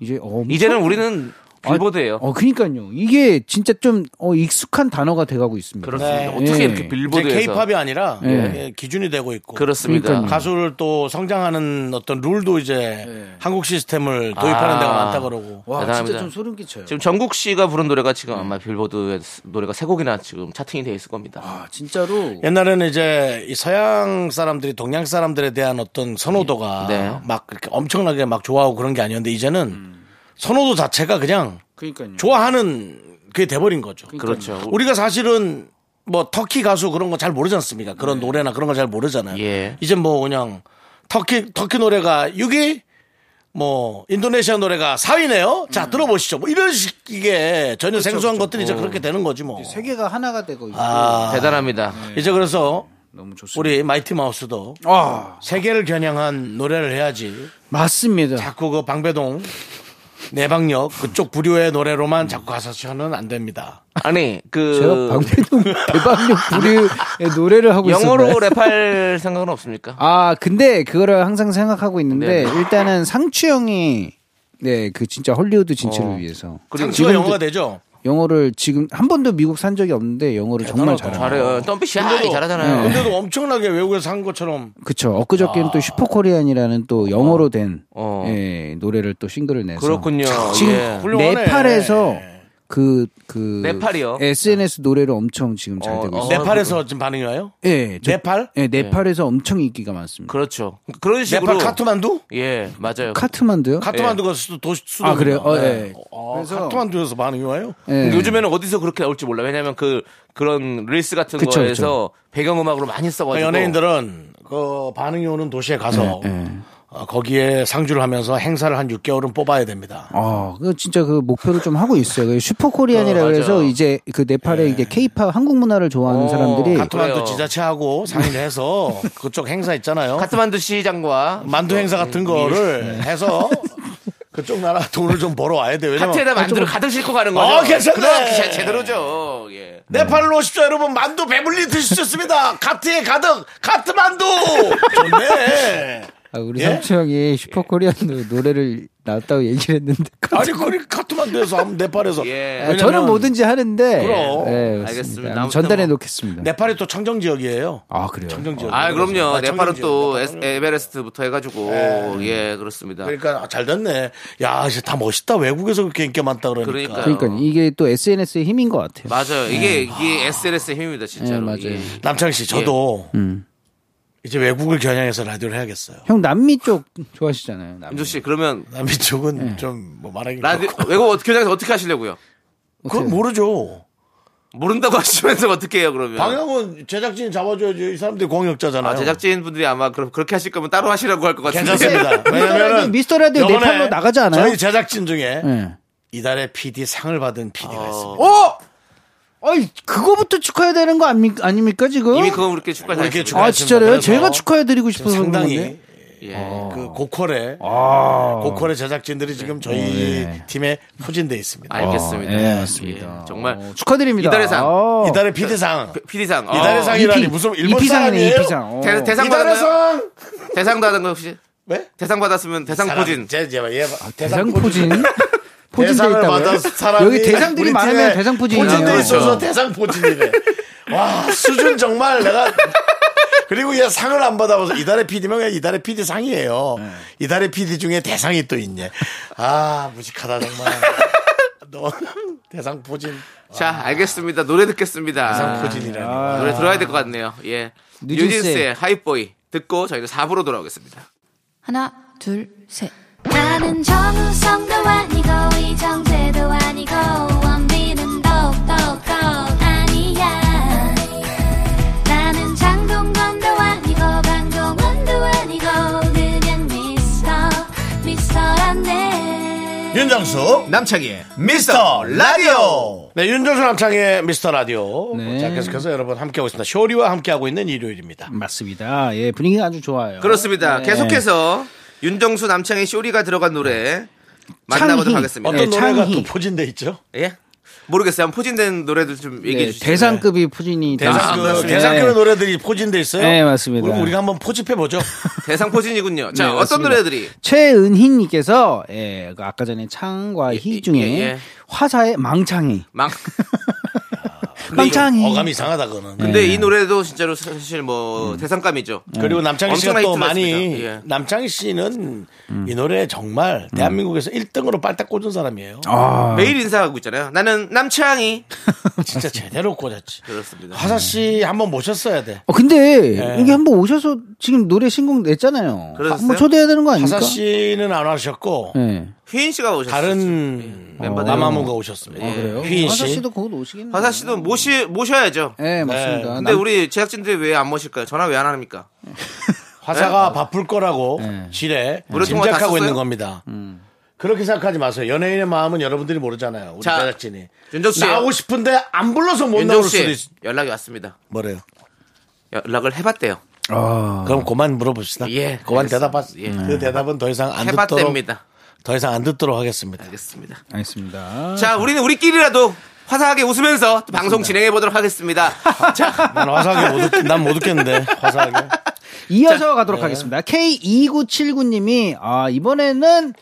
[SPEAKER 9] 이제 어, 엄청-
[SPEAKER 2] 이제는 우리는
[SPEAKER 9] 아,
[SPEAKER 2] 빌보드예요.
[SPEAKER 9] 어 그러니까요. 이게 진짜 좀 어, 익숙한 단어가 돼가고 있습니다.
[SPEAKER 2] 그렇습니다. 네. 어떻게
[SPEAKER 9] 예.
[SPEAKER 2] 이렇게 빌보드에서
[SPEAKER 1] 이제 K-팝이 네. 아니라
[SPEAKER 9] 예.
[SPEAKER 1] 예, 기준이 되고 있고
[SPEAKER 2] 그렇습니다.
[SPEAKER 9] 그러니까요.
[SPEAKER 1] 가수를 또 성장하는 어떤 룰도 이제 한국 시스템을 도입하는
[SPEAKER 2] 네. 아.
[SPEAKER 1] 데가 많다 그러고
[SPEAKER 9] 와
[SPEAKER 2] 대단합니다.
[SPEAKER 9] 진짜 좀 소름 끼쳐요.
[SPEAKER 2] 지금 정국 씨가 부른 노래가
[SPEAKER 9] 음.
[SPEAKER 2] 지금 아마 빌보드 노래가 세 곡이나 지금 차팅이 돼 있을 겁니다.
[SPEAKER 9] 아, 진짜로
[SPEAKER 1] 옛날에는 이제 이 서양 사람들이 동양 사람들에 대한 어떤 선호도가
[SPEAKER 2] 네.
[SPEAKER 1] 막 그렇게 엄청나게 막 좋아하고 그런 게 아니었는데 이제는 선호도 자체가 그냥
[SPEAKER 9] 그러니까요.
[SPEAKER 1] 좋아하는 그게 돼버린 거죠.
[SPEAKER 2] 음. 그렇죠.
[SPEAKER 9] 그러니까.
[SPEAKER 1] 우리가 사실은 뭐 터키 가수 그런 거 잘 모르지 않습니까? 그런 노래나 그런 거 잘 모르잖아요.
[SPEAKER 2] 네. 예.
[SPEAKER 1] 이제 뭐 그냥 터키 터키 노래가 6위 뭐 인도네시아 노래가 4위네요.
[SPEAKER 2] 음.
[SPEAKER 1] 자 들어보시죠. 뭐 이런 식 이게 전혀
[SPEAKER 2] 그렇죠,
[SPEAKER 1] 생소한 것들이
[SPEAKER 2] 어.
[SPEAKER 1] 이제 그렇게 되는 거지 뭐.
[SPEAKER 9] 세계가 하나가 되고 있고
[SPEAKER 1] 아,
[SPEAKER 2] 대단합니다.
[SPEAKER 1] 이제 그래서
[SPEAKER 9] 너무 좋습니다.
[SPEAKER 1] 우리 마이티 마우스도
[SPEAKER 9] 아
[SPEAKER 1] 세계를 겨냥한 노래를 해야지.
[SPEAKER 9] 맞습니다.
[SPEAKER 1] 자꾸 그 방배동 내방역 그쪽 부류의 노래로만 자꾸 가사치는 안 됩니다.
[SPEAKER 2] 아니
[SPEAKER 9] 제가
[SPEAKER 2] 그
[SPEAKER 9] 방배동 대방역 부류의 노래를 하고
[SPEAKER 2] 영어로
[SPEAKER 9] 있었나요?
[SPEAKER 2] 랩할 생각은 없습니까?
[SPEAKER 9] 아 근데 그거를 항상 생각하고 있는데
[SPEAKER 2] 네네.
[SPEAKER 9] 일단은 상추 형이 네 그 진짜 헐리우드
[SPEAKER 2] 어.
[SPEAKER 9] 진출을 위해서
[SPEAKER 2] 그리고
[SPEAKER 1] 상추가
[SPEAKER 9] 지금도-
[SPEAKER 1] 영어가 되죠.
[SPEAKER 9] 영어를 지금 한 번도 미국 산 적이 없는데 영어를 정말 잘해요.
[SPEAKER 2] 잘해요. 덤비씨 아이
[SPEAKER 9] 네.
[SPEAKER 2] 잘하잖아요.
[SPEAKER 1] 어, 근데도 엄청나게 외국에서 한 것처럼
[SPEAKER 9] 그쵸. 엊그저께는 또 슈퍼코리안이라는 또 영어로 된
[SPEAKER 2] 아. 어.
[SPEAKER 9] 예, 노래를 또 싱글을 내서
[SPEAKER 2] 그렇군요.
[SPEAKER 9] 지금
[SPEAKER 2] 예.
[SPEAKER 1] 훌륭하네.
[SPEAKER 9] 네팔에서 그, 그.
[SPEAKER 2] 네팔이요?
[SPEAKER 9] SNS 노래를 엄청 지금 잘
[SPEAKER 2] 어,
[SPEAKER 9] 되고
[SPEAKER 2] 어.
[SPEAKER 9] 있어요.
[SPEAKER 1] 네팔에서 지금 반응이 와요?
[SPEAKER 9] 예, 저-
[SPEAKER 1] 네팔?
[SPEAKER 9] 예, 네팔에서 엄청 인기가 많습니다.
[SPEAKER 2] 그렇죠. 그런 식으로
[SPEAKER 1] 네팔 카트만두?
[SPEAKER 2] 예 맞아요.
[SPEAKER 9] 카트만두요?
[SPEAKER 1] 카트만두가 수도 도시 수도.
[SPEAKER 9] 아, 그래요? 어, 예. 그래서-
[SPEAKER 1] 카트만두에서 반응이 와요?
[SPEAKER 9] 예.
[SPEAKER 2] 요즘에는 어디서 그렇게 나올지 몰라. 왜냐하면 그 그런 릴스 같은
[SPEAKER 9] 그쵸,
[SPEAKER 2] 거에서 배경음악으로 많이
[SPEAKER 9] 어,
[SPEAKER 1] 그
[SPEAKER 2] 써가지고
[SPEAKER 1] 연예인들은 그 반응이 오는 도시에 가서
[SPEAKER 9] 네,
[SPEAKER 1] 어, 거기에 상주를 하면서 행사를 한 6개월은 뽑아야 됩니다.
[SPEAKER 9] 아, 그 진짜 그 목표를 좀 하고 있어요. 그 슈퍼코리안이라
[SPEAKER 2] 어, 맞아요. 예.
[SPEAKER 9] 그래서 이제 그 네팔에 이제 케이팝 한국 문화를 좋아하는
[SPEAKER 2] 어,
[SPEAKER 9] 사람들이
[SPEAKER 1] 카트만두
[SPEAKER 2] 그래요.
[SPEAKER 1] 지자체하고 상의를 해서 그쪽 행사 있잖아요.
[SPEAKER 2] 카트만두 시장과
[SPEAKER 1] 만두 행사
[SPEAKER 2] 어, 예,
[SPEAKER 1] 같은 거를 해서 그쪽 나라 돈을 좀 벌어 와야 돼. 왜냐면
[SPEAKER 2] 카트에다 만두를 가득 싣고 가는 거죠.
[SPEAKER 1] 어, 괜찮네.
[SPEAKER 2] 그렇게 제- 제대로죠. 예.
[SPEAKER 1] 네팔로 오십시오, 여러분. 만두 배불리 드시셨습니다. 카트에 가득 카트 만두. 좋네.
[SPEAKER 9] 아, 우리
[SPEAKER 1] 예?
[SPEAKER 9] 삼촌 형이 슈퍼코리안 노래를 나왔다고 얘기를 했는데
[SPEAKER 1] 아니 거기 카트 만두에서 하면 네팔에서.
[SPEAKER 2] 예.
[SPEAKER 9] 아, 저는
[SPEAKER 1] 왜냐면
[SPEAKER 9] 뭐든지 하는데.
[SPEAKER 1] 그럼.
[SPEAKER 2] 알겠습니다.
[SPEAKER 9] 알겠습니다.
[SPEAKER 2] 아무튼
[SPEAKER 9] 전달해
[SPEAKER 2] 뭐.
[SPEAKER 9] 놓겠습니다.
[SPEAKER 1] 네팔이 또 청정 지역이에요.
[SPEAKER 9] 아 그래요.
[SPEAKER 1] 청정 지역.
[SPEAKER 2] 아 그럼요.
[SPEAKER 1] 아,
[SPEAKER 2] 네팔은
[SPEAKER 1] 청정
[SPEAKER 2] 또 에스-
[SPEAKER 1] 지역이다.
[SPEAKER 2] 에베레스트부터 해가지고 예 그렇습니다.
[SPEAKER 1] 그러니까 아, 잘 됐네. 야, 이제 다 멋있다. 외국에서 그렇게 인기 많다 그러니까.
[SPEAKER 2] 그러니까요.
[SPEAKER 9] 그러니까 이게 또 SNS의 힘인 것 같아요.
[SPEAKER 2] 맞아요. 이게 이게 SNS의 힘입니다, 진짜로.
[SPEAKER 9] 예, 맞아요.
[SPEAKER 2] 예.
[SPEAKER 1] 남창 씨, 저도 이제 외국을 겨냥해서 라디오를 해야겠어요.
[SPEAKER 9] 형 남미 쪽 좋아하시잖아요. 남미.
[SPEAKER 2] 윤조 씨 그러면
[SPEAKER 1] 남미 쪽은
[SPEAKER 9] 네.
[SPEAKER 1] 좀 뭐 말하기
[SPEAKER 2] 라디
[SPEAKER 1] 그렇고.
[SPEAKER 2] 외국 어떻게 교장에서 어떻게 하시려고요?
[SPEAKER 1] 그건 모르죠.
[SPEAKER 2] 모른다고 하시면서 어떻게 해요 그러면?
[SPEAKER 1] 방향은 제작진이 잡아줘야지. 이 사람들이 공역자잖아요.
[SPEAKER 2] 아, 제작진 분들이 아마 그럼 그렇게 하실 거면 따로 하시라고 할 것 같은데.
[SPEAKER 1] 괜찮습니다. 왜냐면은
[SPEAKER 9] 네. 미스터 라디오
[SPEAKER 1] 요번에
[SPEAKER 9] 네팔로 나가지 않아요?
[SPEAKER 1] 저희 제작진 중에
[SPEAKER 9] 예.
[SPEAKER 1] 이달의 PD 상을 받은 PD가
[SPEAKER 2] 아.
[SPEAKER 1] 있습니다.
[SPEAKER 9] 어. 아이 그거부터 축하해야 되는 거 아닙- 아닙니까 지금?
[SPEAKER 2] 이미 그건 그렇게 축하 잘
[SPEAKER 1] 이렇게
[SPEAKER 2] 했습니다.
[SPEAKER 9] 아 진짜로요?
[SPEAKER 1] 그래서
[SPEAKER 9] 제가 축하해드리고
[SPEAKER 1] 지금
[SPEAKER 9] 싶어서
[SPEAKER 1] 상당히
[SPEAKER 9] 그런데. 아.
[SPEAKER 2] 예.
[SPEAKER 1] 그 고퀄의 고퀄의 제작진들이 지금
[SPEAKER 9] 어,
[SPEAKER 1] 저희 팀에 포진돼 있습니다.
[SPEAKER 2] 알겠습니다.
[SPEAKER 9] 예,
[SPEAKER 2] 예,
[SPEAKER 9] 맞습니다. 어.
[SPEAKER 2] 정말
[SPEAKER 9] 축하드립니다.
[SPEAKER 2] 이달의 상.
[SPEAKER 9] 아.
[SPEAKER 1] 이달의 PD상
[SPEAKER 2] 그 PD상. 어,
[SPEAKER 1] 이달의 상이라니
[SPEAKER 9] EP.
[SPEAKER 1] 무슨 일본
[SPEAKER 9] EP상이네, 어.
[SPEAKER 1] 상이에요?
[SPEAKER 9] EP상.
[SPEAKER 2] 대, 대상
[SPEAKER 1] 이달의
[SPEAKER 2] 받았나요?
[SPEAKER 1] 상
[SPEAKER 2] 대상도 하는 거 혹시?
[SPEAKER 1] 왜?
[SPEAKER 2] 대상 받았으면 대상 포진.
[SPEAKER 1] 제, 제, 예,
[SPEAKER 9] 아, 대상 포진. 포진돼
[SPEAKER 1] 대상을
[SPEAKER 9] 있다고요?
[SPEAKER 1] 받은 사람이
[SPEAKER 9] 여기 대상들이
[SPEAKER 1] 우리
[SPEAKER 9] 많으면
[SPEAKER 1] 팀에
[SPEAKER 9] 대상 네. 포진이에요.
[SPEAKER 1] 포진돼 있어서
[SPEAKER 2] 그렇죠.
[SPEAKER 1] 대상 포진이래. 와 수준 정말 내가 그리고 얘 상을 안 받아봐서 이달의 PD면 그냥 이달의 PD 상이에요.
[SPEAKER 9] 네.
[SPEAKER 1] 이달의 PD 중에 대상이 또 있네. 아 무식하다 정말. 너 대상 포진
[SPEAKER 2] 자, 알겠습니다. 노래 듣겠습니다. 아,
[SPEAKER 1] 대상 포진이라니.
[SPEAKER 9] 아,
[SPEAKER 2] 노래 들어야 될 것 같네요. 예.
[SPEAKER 9] 뉴진스의
[SPEAKER 2] 뉴진스의 하이보이 듣고 저희는 4부로 돌아오겠습니다.
[SPEAKER 11] 하나, 둘, 셋.
[SPEAKER 7] 나는 정우성도 아니고 이정재도 아니고 원빈은 더욱더 아니야 나는 장동건도 아니고 방종원도 아니고 그냥 미스터 미스터란데
[SPEAKER 12] 윤정수
[SPEAKER 2] 남창희의
[SPEAKER 12] 미스터 라디오
[SPEAKER 1] 네, 윤정수 남창의 미스터 라디오.
[SPEAKER 9] 네.
[SPEAKER 1] 자, 계속해서 여러분 함께하고 있습니다. 쇼리와 함께하고 있는 일요일입니다.
[SPEAKER 9] 음. 맞습니다. 예 분위기가 아주 좋아요.
[SPEAKER 2] 그렇습니다.
[SPEAKER 9] 네.
[SPEAKER 2] 계속해서 윤정수 남창의 쇼리가 들어간 노래 만나보도록
[SPEAKER 9] 창희.
[SPEAKER 2] 하겠습니다.
[SPEAKER 1] 어떤
[SPEAKER 9] 네,
[SPEAKER 1] 노래가
[SPEAKER 9] 창희.
[SPEAKER 1] 또 포진돼 있죠?
[SPEAKER 2] 예? 모르겠어요. 한번 포진된 노래들 좀 얘기해
[SPEAKER 9] 네,
[SPEAKER 2] 주시죠.
[SPEAKER 9] 대상급이 포진이
[SPEAKER 1] 그
[SPEAKER 2] 대상급,
[SPEAKER 9] 돼서.
[SPEAKER 2] 네. 대상급의
[SPEAKER 1] 노래들이 포진돼 있어요?
[SPEAKER 9] 네 맞습니다.
[SPEAKER 1] 그럼 우리가 한번 포집해 보죠.
[SPEAKER 2] 대상 포진이군요. 자,
[SPEAKER 9] 네,
[SPEAKER 2] 어떤
[SPEAKER 9] 맞습니다.
[SPEAKER 2] 노래들이?
[SPEAKER 9] 최은희님께서 예, 그 아까 전에 창과 희 중에
[SPEAKER 2] 예, 예.
[SPEAKER 9] 화사의 망창이
[SPEAKER 2] 망
[SPEAKER 9] 망창이
[SPEAKER 1] 아, 어감이 이상하다 그거는.
[SPEAKER 9] 예.
[SPEAKER 2] 근데 이 노래도 진짜로 사실 뭐 대상감이죠.
[SPEAKER 1] 음. 그리고 남창희 씨가
[SPEAKER 2] 엄청나게
[SPEAKER 1] 또 많이
[SPEAKER 2] 틀렸습니다. 예.
[SPEAKER 1] 남창희 씨는
[SPEAKER 9] 음.
[SPEAKER 1] 이 노래 정말 대한민국에서 1등으로 빨딱 꽂은 사람이에요.
[SPEAKER 9] 아.
[SPEAKER 2] 매일 인사하고 있잖아요. 나는 남창이
[SPEAKER 1] 진짜 제대로 꽂았지.
[SPEAKER 2] 그렇습니다.
[SPEAKER 1] 화사 씨
[SPEAKER 9] 음.
[SPEAKER 1] 한번 모셨어야 돼.
[SPEAKER 9] 어, 근데
[SPEAKER 1] 예.
[SPEAKER 9] 여기 한번 오셔서 지금 노래 신곡 냈잖아요.
[SPEAKER 1] 그러셨어요?
[SPEAKER 9] 한번 초대해야 되는 거 아닙니까?
[SPEAKER 1] 화사 씨는 안 오셨고
[SPEAKER 9] 예.
[SPEAKER 2] 휘인 씨가 오셨어요.
[SPEAKER 1] 다른
[SPEAKER 2] 예. 멤버들.
[SPEAKER 1] 마마무가 오셨습니다. 휘인
[SPEAKER 9] 화사
[SPEAKER 1] 씨.
[SPEAKER 9] 아,
[SPEAKER 1] 뭐-
[SPEAKER 9] 씨도 거기 오시겠네.
[SPEAKER 2] 화사 씨도 모시 모셔야죠.
[SPEAKER 1] 네,
[SPEAKER 9] 예, 맞습니다.
[SPEAKER 2] 근데
[SPEAKER 9] 남-
[SPEAKER 2] 우리 제작진들이 왜 안 모실까요? 전화 왜 안 합니까?
[SPEAKER 1] 화사가 바쁠 거라고
[SPEAKER 9] 예.
[SPEAKER 1] 지레
[SPEAKER 2] 노래 예. 통화 다
[SPEAKER 1] 짐작하고
[SPEAKER 2] 썼어요?
[SPEAKER 1] 있는 겁니다.
[SPEAKER 9] 음.
[SPEAKER 1] 그렇게 생각하지 마세요. 연예인의 마음은 여러분들이 모르잖아요. 우리
[SPEAKER 2] 자,
[SPEAKER 1] 제작진이.
[SPEAKER 2] 윤정수 씨.
[SPEAKER 1] 나오고 싶은데 안 불러서 못 나올
[SPEAKER 2] 윤정 씨
[SPEAKER 1] 수도 있...
[SPEAKER 2] 연락이 왔습니다.
[SPEAKER 1] 뭐래요?
[SPEAKER 2] 연락을 해봤대요.
[SPEAKER 1] 그럼 그만 물어봅시다.
[SPEAKER 2] 예,
[SPEAKER 1] 그만
[SPEAKER 2] 알겠습니다.
[SPEAKER 1] 대답하세요.
[SPEAKER 2] 예.
[SPEAKER 1] 그 대답은 더 이상 안 듣도록
[SPEAKER 2] 해봤답니다.
[SPEAKER 1] 더 이상 안 듣도록 하겠습니다.
[SPEAKER 2] 알겠습니다.
[SPEAKER 9] 알겠습니다.
[SPEAKER 2] 자, 우리는 우리끼리라도 화사하게 웃으면서 또 방송 진행해 보도록 하겠습니다.
[SPEAKER 1] 난 화사하게 못, 듣- 난못 듣겠는데 화사하게.
[SPEAKER 9] 이어서
[SPEAKER 2] 네.
[SPEAKER 9] 가도록 하겠습니다. K2979님이 아 이번에는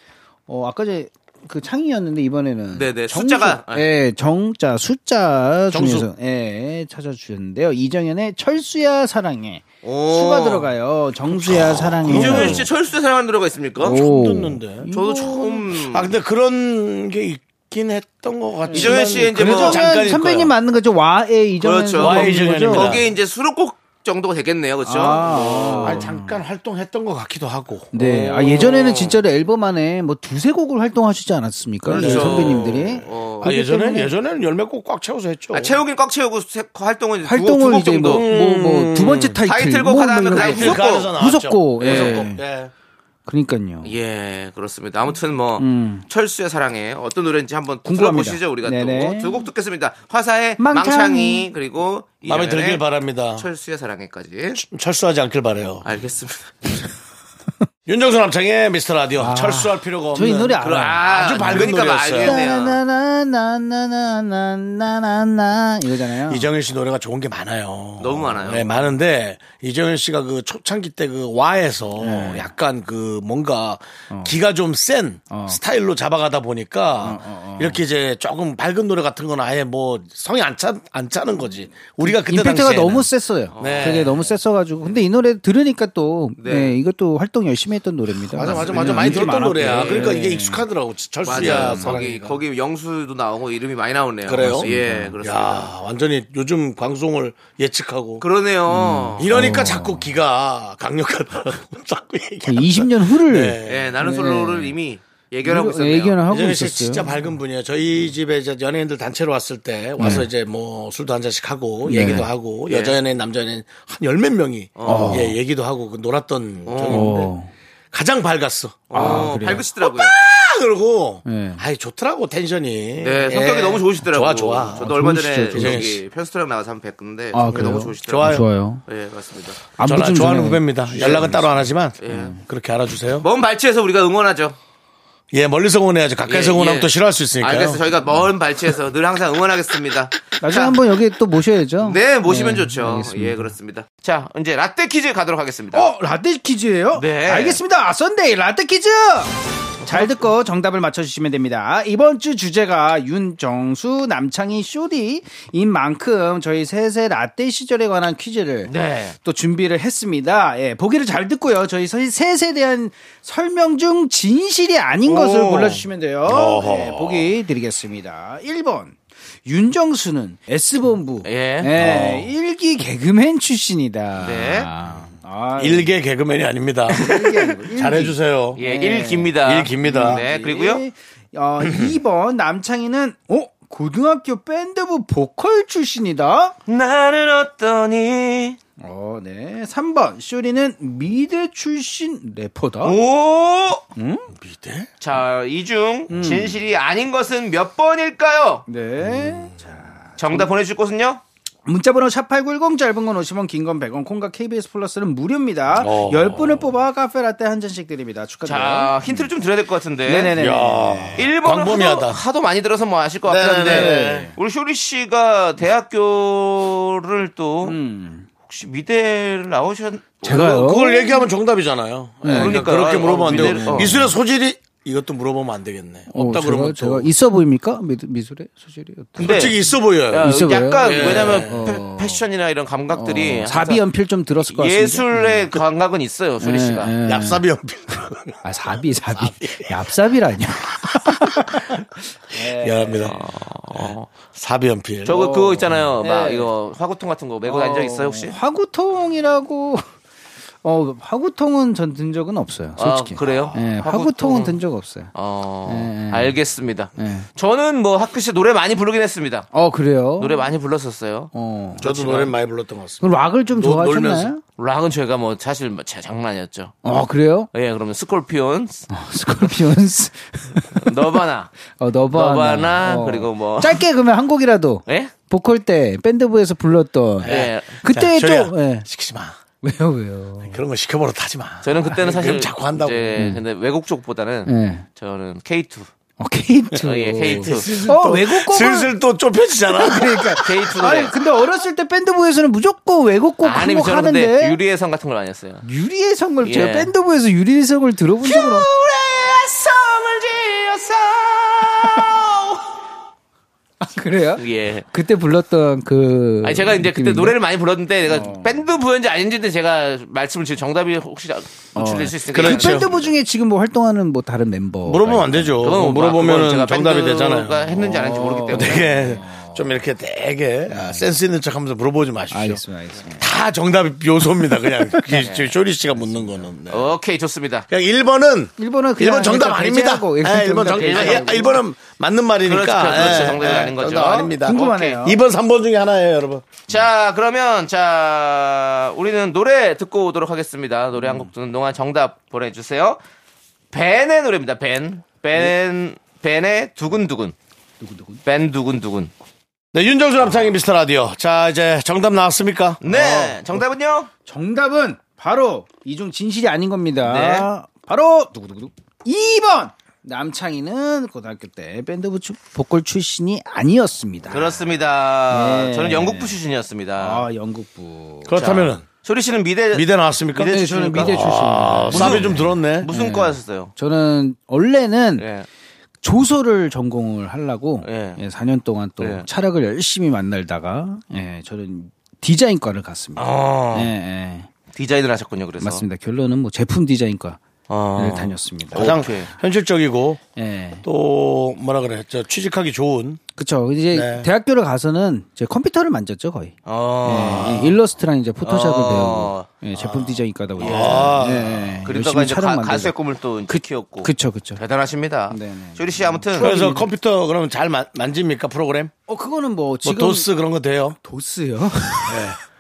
[SPEAKER 9] 어 아까 전에 그 창이었는데 이번에는
[SPEAKER 2] 네네, 숫자가,
[SPEAKER 9] 예 정자 숫자
[SPEAKER 1] 정수.
[SPEAKER 9] 중에서 예 예, 찾아주셨는데요 이정현의 철수야 사랑해
[SPEAKER 2] 오. 그렇죠.
[SPEAKER 9] 수가 들어가요 정수야 사랑해
[SPEAKER 2] 이정현 씨 철수에 사랑하는 노래가 있습니까?
[SPEAKER 9] 네. 오.
[SPEAKER 1] 듣는데.
[SPEAKER 2] 저도 처음.
[SPEAKER 1] 아 근데 그런 게 있긴 했던 것 같지만
[SPEAKER 2] 이정현 씨의 이제 뭐-
[SPEAKER 1] 그래도
[SPEAKER 9] 이정현
[SPEAKER 1] 잠깐일
[SPEAKER 9] 선배님
[SPEAKER 1] 거예요.
[SPEAKER 9] 맞는 거죠 와의 이정현
[SPEAKER 2] 그렇죠.
[SPEAKER 9] 선배님
[SPEAKER 1] 와의
[SPEAKER 9] 맞는
[SPEAKER 1] 이정현입니다.
[SPEAKER 9] 거죠?
[SPEAKER 2] 거기에 이제 수록곡 정도가 되겠네요. 그렇죠?
[SPEAKER 9] 아.
[SPEAKER 1] 아니 잠깐 활동했던 것 같기도 하고.
[SPEAKER 9] 네, 아, 예전에는 진짜로 앨범 안에 뭐 두세 곡을 활동하시지 않았습니까? 네,
[SPEAKER 2] 그렇죠.
[SPEAKER 9] 선배님들이.
[SPEAKER 2] 어.
[SPEAKER 1] 아, 예전에는
[SPEAKER 9] 때문에-
[SPEAKER 1] 예전에는 열매 꼭꽉 채워서 했죠.
[SPEAKER 2] 아, 채우긴 꽉 채우고 세- 활동은 두,
[SPEAKER 9] 활동을
[SPEAKER 2] 곡
[SPEAKER 9] 이제
[SPEAKER 2] 정도.
[SPEAKER 9] 뭐, 뭐, 뭐, 두 번째 타이틀.
[SPEAKER 2] 타이틀곡
[SPEAKER 9] 뭐,
[SPEAKER 2] 하다 하면
[SPEAKER 9] 뭐
[SPEAKER 2] 그냥
[SPEAKER 9] 이런 거.
[SPEAKER 2] 무섭고.
[SPEAKER 1] 네, 나왔죠.
[SPEAKER 9] 무섭고, 예.
[SPEAKER 1] 예.
[SPEAKER 9] 그러니까요.
[SPEAKER 2] 예, 그렇습니다. 아무튼 뭐
[SPEAKER 9] 음.
[SPEAKER 2] 철수의 사랑에 어떤 노래인지 한번
[SPEAKER 9] 궁금합니다.
[SPEAKER 2] 들어보시죠. 우리가
[SPEAKER 9] 네네.
[SPEAKER 2] 또 두 곡 듣겠습니다. 화사의
[SPEAKER 9] 망창이.
[SPEAKER 2] 망창이, 그리고
[SPEAKER 1] 예. 마음에
[SPEAKER 2] 이정현의
[SPEAKER 1] 들길 바랍니다.
[SPEAKER 2] 예. 철수의 사랑에까지.
[SPEAKER 1] 철수하지 않길 바래요.
[SPEAKER 2] 알겠습니다.
[SPEAKER 1] 윤정수 남창의 미스터 라디오 철수할 필요가 없는
[SPEAKER 9] 아. 저이 노래 알아요.
[SPEAKER 1] 그런 아주
[SPEAKER 2] 아,
[SPEAKER 1] 밝은
[SPEAKER 2] 그러니까
[SPEAKER 1] 노래였어요.
[SPEAKER 2] 알겠네.
[SPEAKER 9] 나나나나나나나나나 이거잖아요.
[SPEAKER 1] 이정현 씨 노래가 좋은 게 어. 많아요.
[SPEAKER 2] 너무 많아요.
[SPEAKER 1] 네, 많은데 이정현 씨가 그 초창기 때 그 와에서 약간 그 뭔가 기가 좀 센 스타일로 잡아가다 보니까 이렇게 이제 조금 밝은 노래 같은 건 아예 뭐 성이 안, 차, 안 차는 거지. 우리가 그때
[SPEAKER 9] 임팩트가
[SPEAKER 1] 당시에
[SPEAKER 9] 너무 셌어요.
[SPEAKER 1] 네.
[SPEAKER 9] 되게 너무 셌어가지고. 근데 이 노래 들으니까 또,
[SPEAKER 2] 네.
[SPEAKER 9] 네, 이것도 활동 열심히 했던 노래입니다.
[SPEAKER 1] 맞아 맞아
[SPEAKER 9] 음,
[SPEAKER 1] 맞아 많이 들었던 노래야. 그러니까 이게 익숙하더라고.
[SPEAKER 2] 맞아요.
[SPEAKER 1] 철수야
[SPEAKER 2] 거기
[SPEAKER 1] 사랑이가.
[SPEAKER 2] 거기 영수도 나오고 이름이 많이 나오네요.
[SPEAKER 1] 그래요?
[SPEAKER 2] 그래서 예, 그렇습니다.
[SPEAKER 1] 야 완전히 요즘 방송을 예측하고 음.
[SPEAKER 2] 그러네요.
[SPEAKER 1] 이러니까 자꾸 기가 강력하다 자꾸 얘기하는
[SPEAKER 9] 20년 후를.
[SPEAKER 1] 네.
[SPEAKER 2] 예, 나는 솔로를 이미 예견하고
[SPEAKER 9] 이거
[SPEAKER 2] 있었네요.
[SPEAKER 9] 예견을 하고
[SPEAKER 1] 이정현 씨
[SPEAKER 9] 있었어요. 네.
[SPEAKER 1] 진짜 밝은 분이에요. 저희 집에 이제 연예인들 단체로 왔을 때 와서 이제 뭐 술도 한 잔씩 하고
[SPEAKER 9] 네.
[SPEAKER 1] 얘기도 하고 여자 연예인 남자 연예인 한 열 몇 명이
[SPEAKER 2] 어.
[SPEAKER 1] 예 얘기도 하고 그 놀았던 적이
[SPEAKER 9] 어,
[SPEAKER 1] 있는데 가장 밝았어.
[SPEAKER 2] 어, 밝으시더라고요.
[SPEAKER 1] 아, 그러고
[SPEAKER 9] 예.
[SPEAKER 1] 아이 좋더라고 텐션이.
[SPEAKER 2] 네, 성격이
[SPEAKER 1] 예.
[SPEAKER 2] 너무 좋으시더라고요.
[SPEAKER 1] 좋아 좋아.
[SPEAKER 2] 저도 얼마 전에
[SPEAKER 9] 좋으시죠,
[SPEAKER 1] 좋으시죠.
[SPEAKER 2] 저기 편스토랑 나가서 한번 뵀는데
[SPEAKER 9] 아,
[SPEAKER 2] 성격이 너무
[SPEAKER 9] 그래요?
[SPEAKER 2] 좋으시더라고요.
[SPEAKER 9] 좋아요.
[SPEAKER 2] 예, 맞습니다.
[SPEAKER 9] 안부
[SPEAKER 1] 저는
[SPEAKER 9] 좀
[SPEAKER 1] 좋아하는
[SPEAKER 9] 전해요.
[SPEAKER 1] 후배입니다. 연락은 따로 안 하지만 음,
[SPEAKER 2] 예.
[SPEAKER 1] 그렇게 알아주세요.
[SPEAKER 2] 먼 발치에서 우리가 응원하죠.
[SPEAKER 1] 예 멀리서 응원해야죠. 가까이서
[SPEAKER 2] 예,
[SPEAKER 1] 응원하면
[SPEAKER 2] 예.
[SPEAKER 1] 또 싫어할 수 있으니까요.
[SPEAKER 2] 알겠어요. 저희가 먼 발치에서 늘 항상 응원하겠습니다.
[SPEAKER 9] 나중에
[SPEAKER 2] 자,
[SPEAKER 9] 한번 여기 또 모셔야죠.
[SPEAKER 2] 네, 모시면 좋죠.
[SPEAKER 9] 알겠습니다.
[SPEAKER 2] 예, 그렇습니다. 자, 이제 라떼 퀴즈 가도록 하겠습니다.
[SPEAKER 8] 어, 라떼 퀴즈예요?
[SPEAKER 2] 네.
[SPEAKER 8] 알겠습니다. 썬데이 라떼 퀴즈. 잘 듣고 정답을 맞춰주시면 됩니다. 이번 주 주제가 윤정수, 남창희, 쇼디인 만큼 저희 셋의 라떼 시절에 관한 퀴즈를
[SPEAKER 2] 네.
[SPEAKER 8] 또 준비를 했습니다. 예, 보기를 잘 듣고요. 저희 셋- 셋에 대한 설명 중 진실이 아닌 것을 골라주시면 돼요.
[SPEAKER 1] 어허.
[SPEAKER 8] 예, 보기 드리겠습니다. 1번. 윤정수는 S본부
[SPEAKER 9] 네.
[SPEAKER 2] 예.
[SPEAKER 8] 예, 일기 개그맨 출신이다.
[SPEAKER 2] 네.
[SPEAKER 8] 아,
[SPEAKER 1] 일개 개그맨이 아닙니다. 잘해주세요.
[SPEAKER 2] 예, 일 깁니다.
[SPEAKER 1] 일 깁니다.
[SPEAKER 2] 네, 그리고요.
[SPEAKER 8] 어, 2번 남창희는 어? 고등학교 밴드부 보컬 출신이다.
[SPEAKER 2] 나는 어떠니?
[SPEAKER 8] 어, 네. 3번 쇼리는 미대 출신 래퍼다.
[SPEAKER 2] 오! 미대? 자, 이 중 진실이 아닌 것은 몇 번일까요?
[SPEAKER 8] 네.
[SPEAKER 2] 정답 보내주실 곳은요?
[SPEAKER 8] 문자번호 샵8910 짧은 건 50원 긴 건 100원 콩과 KBS 플러스는 무료입니다.
[SPEAKER 2] 어.
[SPEAKER 8] 10분을 뽑아 카페라떼 한 잔씩 드립니다. 축하드립니다.
[SPEAKER 2] 자, 힌트를 좀 드려야 될 것 같은데.
[SPEAKER 8] 네네네. 야,
[SPEAKER 2] 일본어
[SPEAKER 8] 광범위하다.
[SPEAKER 2] 하도, 하도 많이 들어서 뭐 아실 것 같긴 한데
[SPEAKER 8] 네네네.
[SPEAKER 2] 우리 쇼리 씨가 대학교를 또 혹시 미대를 나오셨
[SPEAKER 9] 어?
[SPEAKER 1] 제가요? 그걸 얘기하면 정답이잖아요.
[SPEAKER 2] 네.
[SPEAKER 1] 그러니까
[SPEAKER 2] 그러니까요.
[SPEAKER 1] 그렇게 물어보면 안
[SPEAKER 2] 미래를-
[SPEAKER 1] 되고
[SPEAKER 2] 어.
[SPEAKER 1] 미술의 소질이 이것도 물어보면 안 되겠네. 없다
[SPEAKER 9] 제가,
[SPEAKER 1] 그러면
[SPEAKER 9] 제가 있어 보입니까? 미, 미술에 소질이 어떤-
[SPEAKER 1] 솔직히 있어 보여요.
[SPEAKER 2] 야,
[SPEAKER 9] 있어 보여요?
[SPEAKER 2] 약간
[SPEAKER 9] 예.
[SPEAKER 2] 왜냐면 패- 패션이나 이런 감각들이
[SPEAKER 9] 어,
[SPEAKER 2] 항상
[SPEAKER 9] 사비 연필 좀 들었을 것 같습니다.
[SPEAKER 2] 예술의 감각은 있어요, 쇼리 씨가.
[SPEAKER 9] 얍삽이
[SPEAKER 1] 연필.
[SPEAKER 9] 아, 사비, 사비. 얍삽이라뇨.
[SPEAKER 1] 미안합니다. 네. 사비연필.
[SPEAKER 2] 저거 그거 있잖아요.
[SPEAKER 9] 네.
[SPEAKER 2] 막 이거 화구통 같은 거 메고 다닌 적 있어요, 혹시?
[SPEAKER 9] 화구통이라고 어 화구통은 전 든 적은 없어요.
[SPEAKER 2] 아,
[SPEAKER 9] 솔직히.
[SPEAKER 2] 그래요?
[SPEAKER 9] 예,
[SPEAKER 2] 화구통은
[SPEAKER 9] 화구통은 든 적 없어요.
[SPEAKER 2] 어,
[SPEAKER 9] 예, 예.
[SPEAKER 2] 알겠습니다.
[SPEAKER 9] 예.
[SPEAKER 2] 저는 뭐 학교 시 노래 많이 부르긴 했습니다.
[SPEAKER 9] 어 그래요.
[SPEAKER 2] 노래 많이 불렀었어요.
[SPEAKER 9] 어.
[SPEAKER 1] 저도 노래 많이 불렀던 것 같습니다.
[SPEAKER 9] 그럼 락을 좀 좋아하셨나요?
[SPEAKER 2] 락은 제가 뭐 사실 뭐 제- 장난이었죠.
[SPEAKER 9] 어 그래요? 어,
[SPEAKER 2] 예, 그러면 스콜피온,
[SPEAKER 9] 스콜피온스.
[SPEAKER 2] 너바나,
[SPEAKER 9] 어 너바나.
[SPEAKER 2] 너바나
[SPEAKER 9] 어.
[SPEAKER 2] 그리고 뭐
[SPEAKER 9] 짧게 그러면 한 곡이라도
[SPEAKER 2] 예?
[SPEAKER 9] 보컬 때 밴드부에서 불렀던
[SPEAKER 2] 예.
[SPEAKER 9] 그때
[SPEAKER 1] 자,
[SPEAKER 9] 또
[SPEAKER 1] 쇼리야,
[SPEAKER 9] 예.
[SPEAKER 1] 시키지 마.
[SPEAKER 9] 왜요 왜요?
[SPEAKER 1] 그런 거 시켜버릇 하지 마.
[SPEAKER 2] 저는 그때는 사실
[SPEAKER 1] 그럼 아, 자꾸 한다고. 음.
[SPEAKER 2] 이제 근데 외국 쪽보다는
[SPEAKER 9] 예.
[SPEAKER 2] 저는 K2.
[SPEAKER 9] 어 케이트.
[SPEAKER 2] 네. 어,
[SPEAKER 1] 음.
[SPEAKER 2] 예, K2.
[SPEAKER 9] 어 외국곡을
[SPEAKER 1] 슬슬 또 좁혀지잖아.
[SPEAKER 9] 그러니까
[SPEAKER 2] K2 노래.
[SPEAKER 9] 아니 근데 어렸을 때 밴드부에서는 무조건 외국곡
[SPEAKER 2] 네. 아니,
[SPEAKER 9] 한곡
[SPEAKER 2] 저는 근데
[SPEAKER 9] 하는데
[SPEAKER 2] 유리의 성 같은 걸 많이 했어요.
[SPEAKER 9] 유리의 성을
[SPEAKER 2] 예.
[SPEAKER 9] 제가 밴드부에서 유리의 성을 들어본 적은 없.
[SPEAKER 2] 성을 지어서
[SPEAKER 9] 아, 그래요?
[SPEAKER 2] 예.
[SPEAKER 9] 그때 불렀던 그
[SPEAKER 2] 아니 제가 이제
[SPEAKER 1] 음.
[SPEAKER 2] 그때
[SPEAKER 9] 느낌인데?
[SPEAKER 2] 노래를 많이 불렀는데 내가
[SPEAKER 1] 어.
[SPEAKER 2] 밴드 부였는지 아닌지는 제가 말씀을 지금 정답이 혹시
[SPEAKER 1] 어.
[SPEAKER 2] 노출될 수 있으니까
[SPEAKER 1] 그렇죠.
[SPEAKER 9] 그 밴드부 중에 지금 뭐 활동하는 뭐 다른 멤버
[SPEAKER 1] 물어보면 안 되죠.
[SPEAKER 2] 그건 뭐 그건
[SPEAKER 1] 물어보면
[SPEAKER 2] 제가
[SPEAKER 1] 정답이
[SPEAKER 2] 밴드가
[SPEAKER 1] 되잖아요. 어.
[SPEAKER 2] 했는지 안 했는지 모르기 때문에.
[SPEAKER 1] 되게 좀 이렇게 되게 아, 센스 있는 척 하면서 물어보지 마십시오.
[SPEAKER 9] 알겠습니다, 알겠습니다.
[SPEAKER 1] 다 정답 요소입니다. 그냥 그 저- 쇼리 씨가 묻는 거는. 네.
[SPEAKER 2] 오케이 좋습니다.
[SPEAKER 1] 그냥 1번은
[SPEAKER 9] 일본은 그냥
[SPEAKER 1] 1번 정답
[SPEAKER 9] 일단
[SPEAKER 1] 아닙니다.
[SPEAKER 9] 배제하고
[SPEAKER 1] 예,
[SPEAKER 9] 일본
[SPEAKER 2] 네,
[SPEAKER 1] 일본
[SPEAKER 9] 정답
[SPEAKER 1] 정- 아,
[SPEAKER 9] 배제하고.
[SPEAKER 1] 예, 일본은 맞는 말이니까.
[SPEAKER 2] 그렇죠, 그렇죠. 정답이
[SPEAKER 1] 예,
[SPEAKER 2] 아닌 거죠.
[SPEAKER 1] 정답 아닙니다.
[SPEAKER 9] 궁금하네요.
[SPEAKER 1] 2번, 3번 중에 하나예요, 여러분.
[SPEAKER 2] 자 그러면 자 우리는 노래 듣고 오도록 하겠습니다. 노래 한 곡 듣는 동안 정답 보내주세요. 벤의 노래입니다. 벤, 벤, 벤의 두근두근. 벤 두근두근.
[SPEAKER 1] 네, 윤정수 남창의 미스터 라디오. 자, 이제 정답 나왔습니까?
[SPEAKER 2] 네, 정답은요?
[SPEAKER 8] 정답은 바로 이중 진실이 아닌 겁니다.
[SPEAKER 2] 네.
[SPEAKER 8] 바로 누구누구 2번 남창희는 고등학교 때 밴드부 출- 보컬 출신이 아니었습니다.
[SPEAKER 2] 그렇습니다.
[SPEAKER 8] 네.
[SPEAKER 2] 저는 영국부 출신이었습니다.
[SPEAKER 8] 아 영국부.
[SPEAKER 1] 그렇다면은
[SPEAKER 2] 쇼리 씨는 미대
[SPEAKER 1] 미대 나왔습니까?
[SPEAKER 2] 미대
[SPEAKER 9] 저는
[SPEAKER 2] 출신입니까?
[SPEAKER 9] 미대 출신입니다.
[SPEAKER 1] 아, 쌉이 좀 들었네.
[SPEAKER 2] 무슨 과였어요?
[SPEAKER 9] 저는 원래는
[SPEAKER 2] 예.
[SPEAKER 9] 조소를 전공을 하려고
[SPEAKER 2] 예.
[SPEAKER 9] 예. 4년 동안 또
[SPEAKER 2] 예.
[SPEAKER 9] 차력을 열심히 만날다가 예, 저는 디자인과를 갔습니다.
[SPEAKER 2] 어,
[SPEAKER 9] 예, 예.
[SPEAKER 2] 디자인을 하셨군요. 그래서
[SPEAKER 9] 맞습니다. 결론은 뭐 제품 디자인과를
[SPEAKER 2] 어.
[SPEAKER 9] 다녔습니다.
[SPEAKER 1] 가장
[SPEAKER 2] 오케이.
[SPEAKER 1] 현실적이고
[SPEAKER 9] 예.
[SPEAKER 1] 또 뭐라 그래? 저 취직하기 좋은
[SPEAKER 9] 그쵸. 이제
[SPEAKER 1] 네.
[SPEAKER 9] 대학교를 가서는 제 컴퓨터를 만졌죠, 거의.
[SPEAKER 2] 어.
[SPEAKER 9] 예, 일러스트랑 이제 포토샵을
[SPEAKER 2] 어.
[SPEAKER 9] 배우고 예, 제품 디자인과다 보니까
[SPEAKER 1] 아.
[SPEAKER 9] 예, 예.
[SPEAKER 2] 그러다가
[SPEAKER 9] 열심히
[SPEAKER 2] 이제
[SPEAKER 9] 촬영
[SPEAKER 2] 가,
[SPEAKER 9] 만들고.
[SPEAKER 2] 가수의 꿈을 또 이제
[SPEAKER 9] 그-
[SPEAKER 2] 키웠고
[SPEAKER 9] 그쵸 그쵸
[SPEAKER 2] 대단하십니다.
[SPEAKER 9] 네네.
[SPEAKER 2] 쇼리 씨 아무튼
[SPEAKER 1] 그래서 컴퓨터 그러면 잘 만- 만집니까 프로그램?
[SPEAKER 9] 어 그거는 뭐
[SPEAKER 1] 뭐
[SPEAKER 9] 지금
[SPEAKER 1] 도스 그런 거 돼요?
[SPEAKER 9] 도스요 네.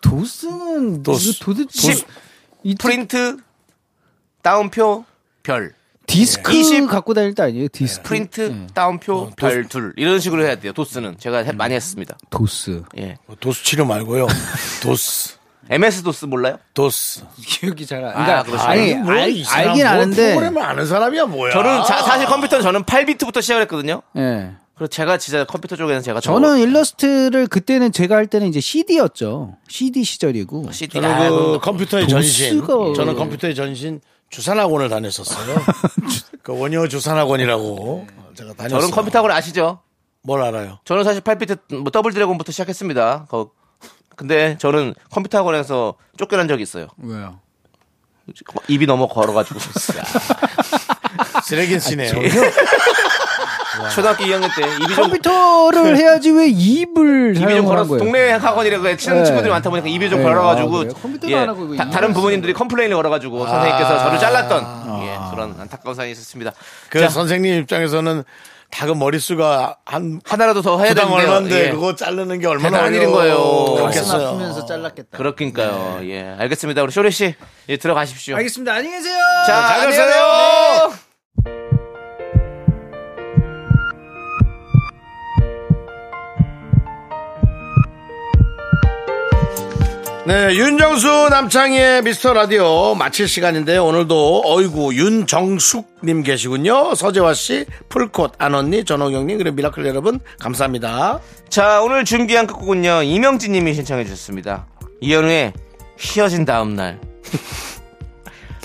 [SPEAKER 9] 도스는
[SPEAKER 1] 도스.
[SPEAKER 9] 도대체
[SPEAKER 2] 십. 프린트 다운표 별
[SPEAKER 9] 디스크
[SPEAKER 2] 이십.
[SPEAKER 9] 예. 갖고 다닐 때 아니에요 디스크
[SPEAKER 2] 프린트
[SPEAKER 1] 음.
[SPEAKER 2] 다운표 별 둘 이런 식으로 해야 돼요. 도스는 제가 해- 많이 했습니다.
[SPEAKER 9] 네. 도스
[SPEAKER 2] 예.
[SPEAKER 1] 도스 치료 말고요. 도스,
[SPEAKER 2] MS 도스 몰라요?
[SPEAKER 1] 도스.
[SPEAKER 9] 기억이 잘 안.
[SPEAKER 2] 아,
[SPEAKER 9] 그러니까
[SPEAKER 2] 그렇죠.
[SPEAKER 9] 아, 니
[SPEAKER 1] 이게 뭐야, 이 사람.
[SPEAKER 9] 알긴
[SPEAKER 1] 뭐
[SPEAKER 9] 아는데.
[SPEAKER 1] 프로그램을 아는 사람이야 뭐야?
[SPEAKER 2] 저는 자- 사실 컴퓨터는 저는 8비트부터 시작을 했거든요.
[SPEAKER 9] 예.
[SPEAKER 2] 그래서 제가 진짜 컴퓨터 쪽에는 제가 더-
[SPEAKER 9] 저는 일러스트를 그때는 제가 할 때는 이제 CD였죠. CD 시절이고.
[SPEAKER 2] CD
[SPEAKER 1] 저는
[SPEAKER 2] 아,
[SPEAKER 1] 그 컴퓨터의 전신.
[SPEAKER 9] 도스가-
[SPEAKER 1] 저는 컴퓨터의 전신 주산학원을 다녔었어요. 그 원효 주산학원이라고 제가 다녔어요.
[SPEAKER 2] 저는 컴퓨터 학원 아시죠?
[SPEAKER 1] 뭘 알아요?
[SPEAKER 2] 저는 사실 8비트 뭐 더블 드래곤부터 시작했습니다. 거- 근데 저는 컴퓨터 학원에서 쫓겨난 적이 있어요.
[SPEAKER 9] 왜요?
[SPEAKER 2] 입이 넘어 걸어가지고 아,
[SPEAKER 1] 쓰레기 씨네요.
[SPEAKER 2] 초등학교 2학년 때 입이 좀
[SPEAKER 9] 컴퓨터를 해야지 왜
[SPEAKER 2] 입이 좀
[SPEAKER 9] 입을 그 사용을 한
[SPEAKER 2] 걸어서
[SPEAKER 9] 거예요?
[SPEAKER 2] 동네 학원이라고 치는
[SPEAKER 9] 네.
[SPEAKER 2] 친구들이 많다 보니까 입이 좀
[SPEAKER 9] 네, 아,
[SPEAKER 2] 걸어가지고 예,
[SPEAKER 9] 그래요? 컴퓨터도 안 하고 이거
[SPEAKER 2] 다,
[SPEAKER 9] 입을
[SPEAKER 2] 른 부모님들이 컴플레인을 걸어가지고 선생님께서 저를 잘랐던 예, 그런 안타까운 사연이 있었습니다.
[SPEAKER 1] 그 선생님 입장에서는 다그 머릿수가 한
[SPEAKER 2] 하나라도 더 해야
[SPEAKER 1] 부당
[SPEAKER 2] 되는데요.
[SPEAKER 1] 얼마인데
[SPEAKER 2] 예.
[SPEAKER 1] 그거 자르는 게 얼마나
[SPEAKER 2] 대단한 일인 거예요.
[SPEAKER 1] 그렇겠어요.
[SPEAKER 8] 아프면서 잘랐겠다.
[SPEAKER 2] 그렇긴가요. 예, 알겠습니다. 우리 쇼리 씨 예, 들어가십시오.
[SPEAKER 8] 알겠습니다. 안녕히 계세요.
[SPEAKER 2] 자,
[SPEAKER 1] 잘
[SPEAKER 2] 안녕히 가세요.
[SPEAKER 1] 가세요. 네, 윤정수 남창희의 미스터 라디오 마칠 시간인데요. 오늘도 어이구 윤정숙님 계시군요. 서재화 씨, 풀콧 안언니, 전호경님 그리고 미라클 여러분 감사합니다.
[SPEAKER 2] 자, 오늘 준비한 끝곡은요. 이명진님이 신청해 주셨습니다. 이현우의 휘어진 다음 날.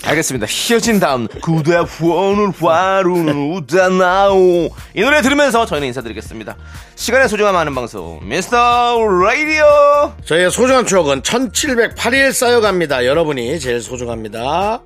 [SPEAKER 2] 알겠습니다. 휘어진 다음 날. 그대 후원을 바로는 우다나오. 이 노래 들으면서 저희는 인사드리겠습니다. 시간의 소중함 아는 방송 미스터 라디오.
[SPEAKER 1] 저희의 소중한 추억은 1708일 쌓여갑니다. 여러분이 제일 소중합니다.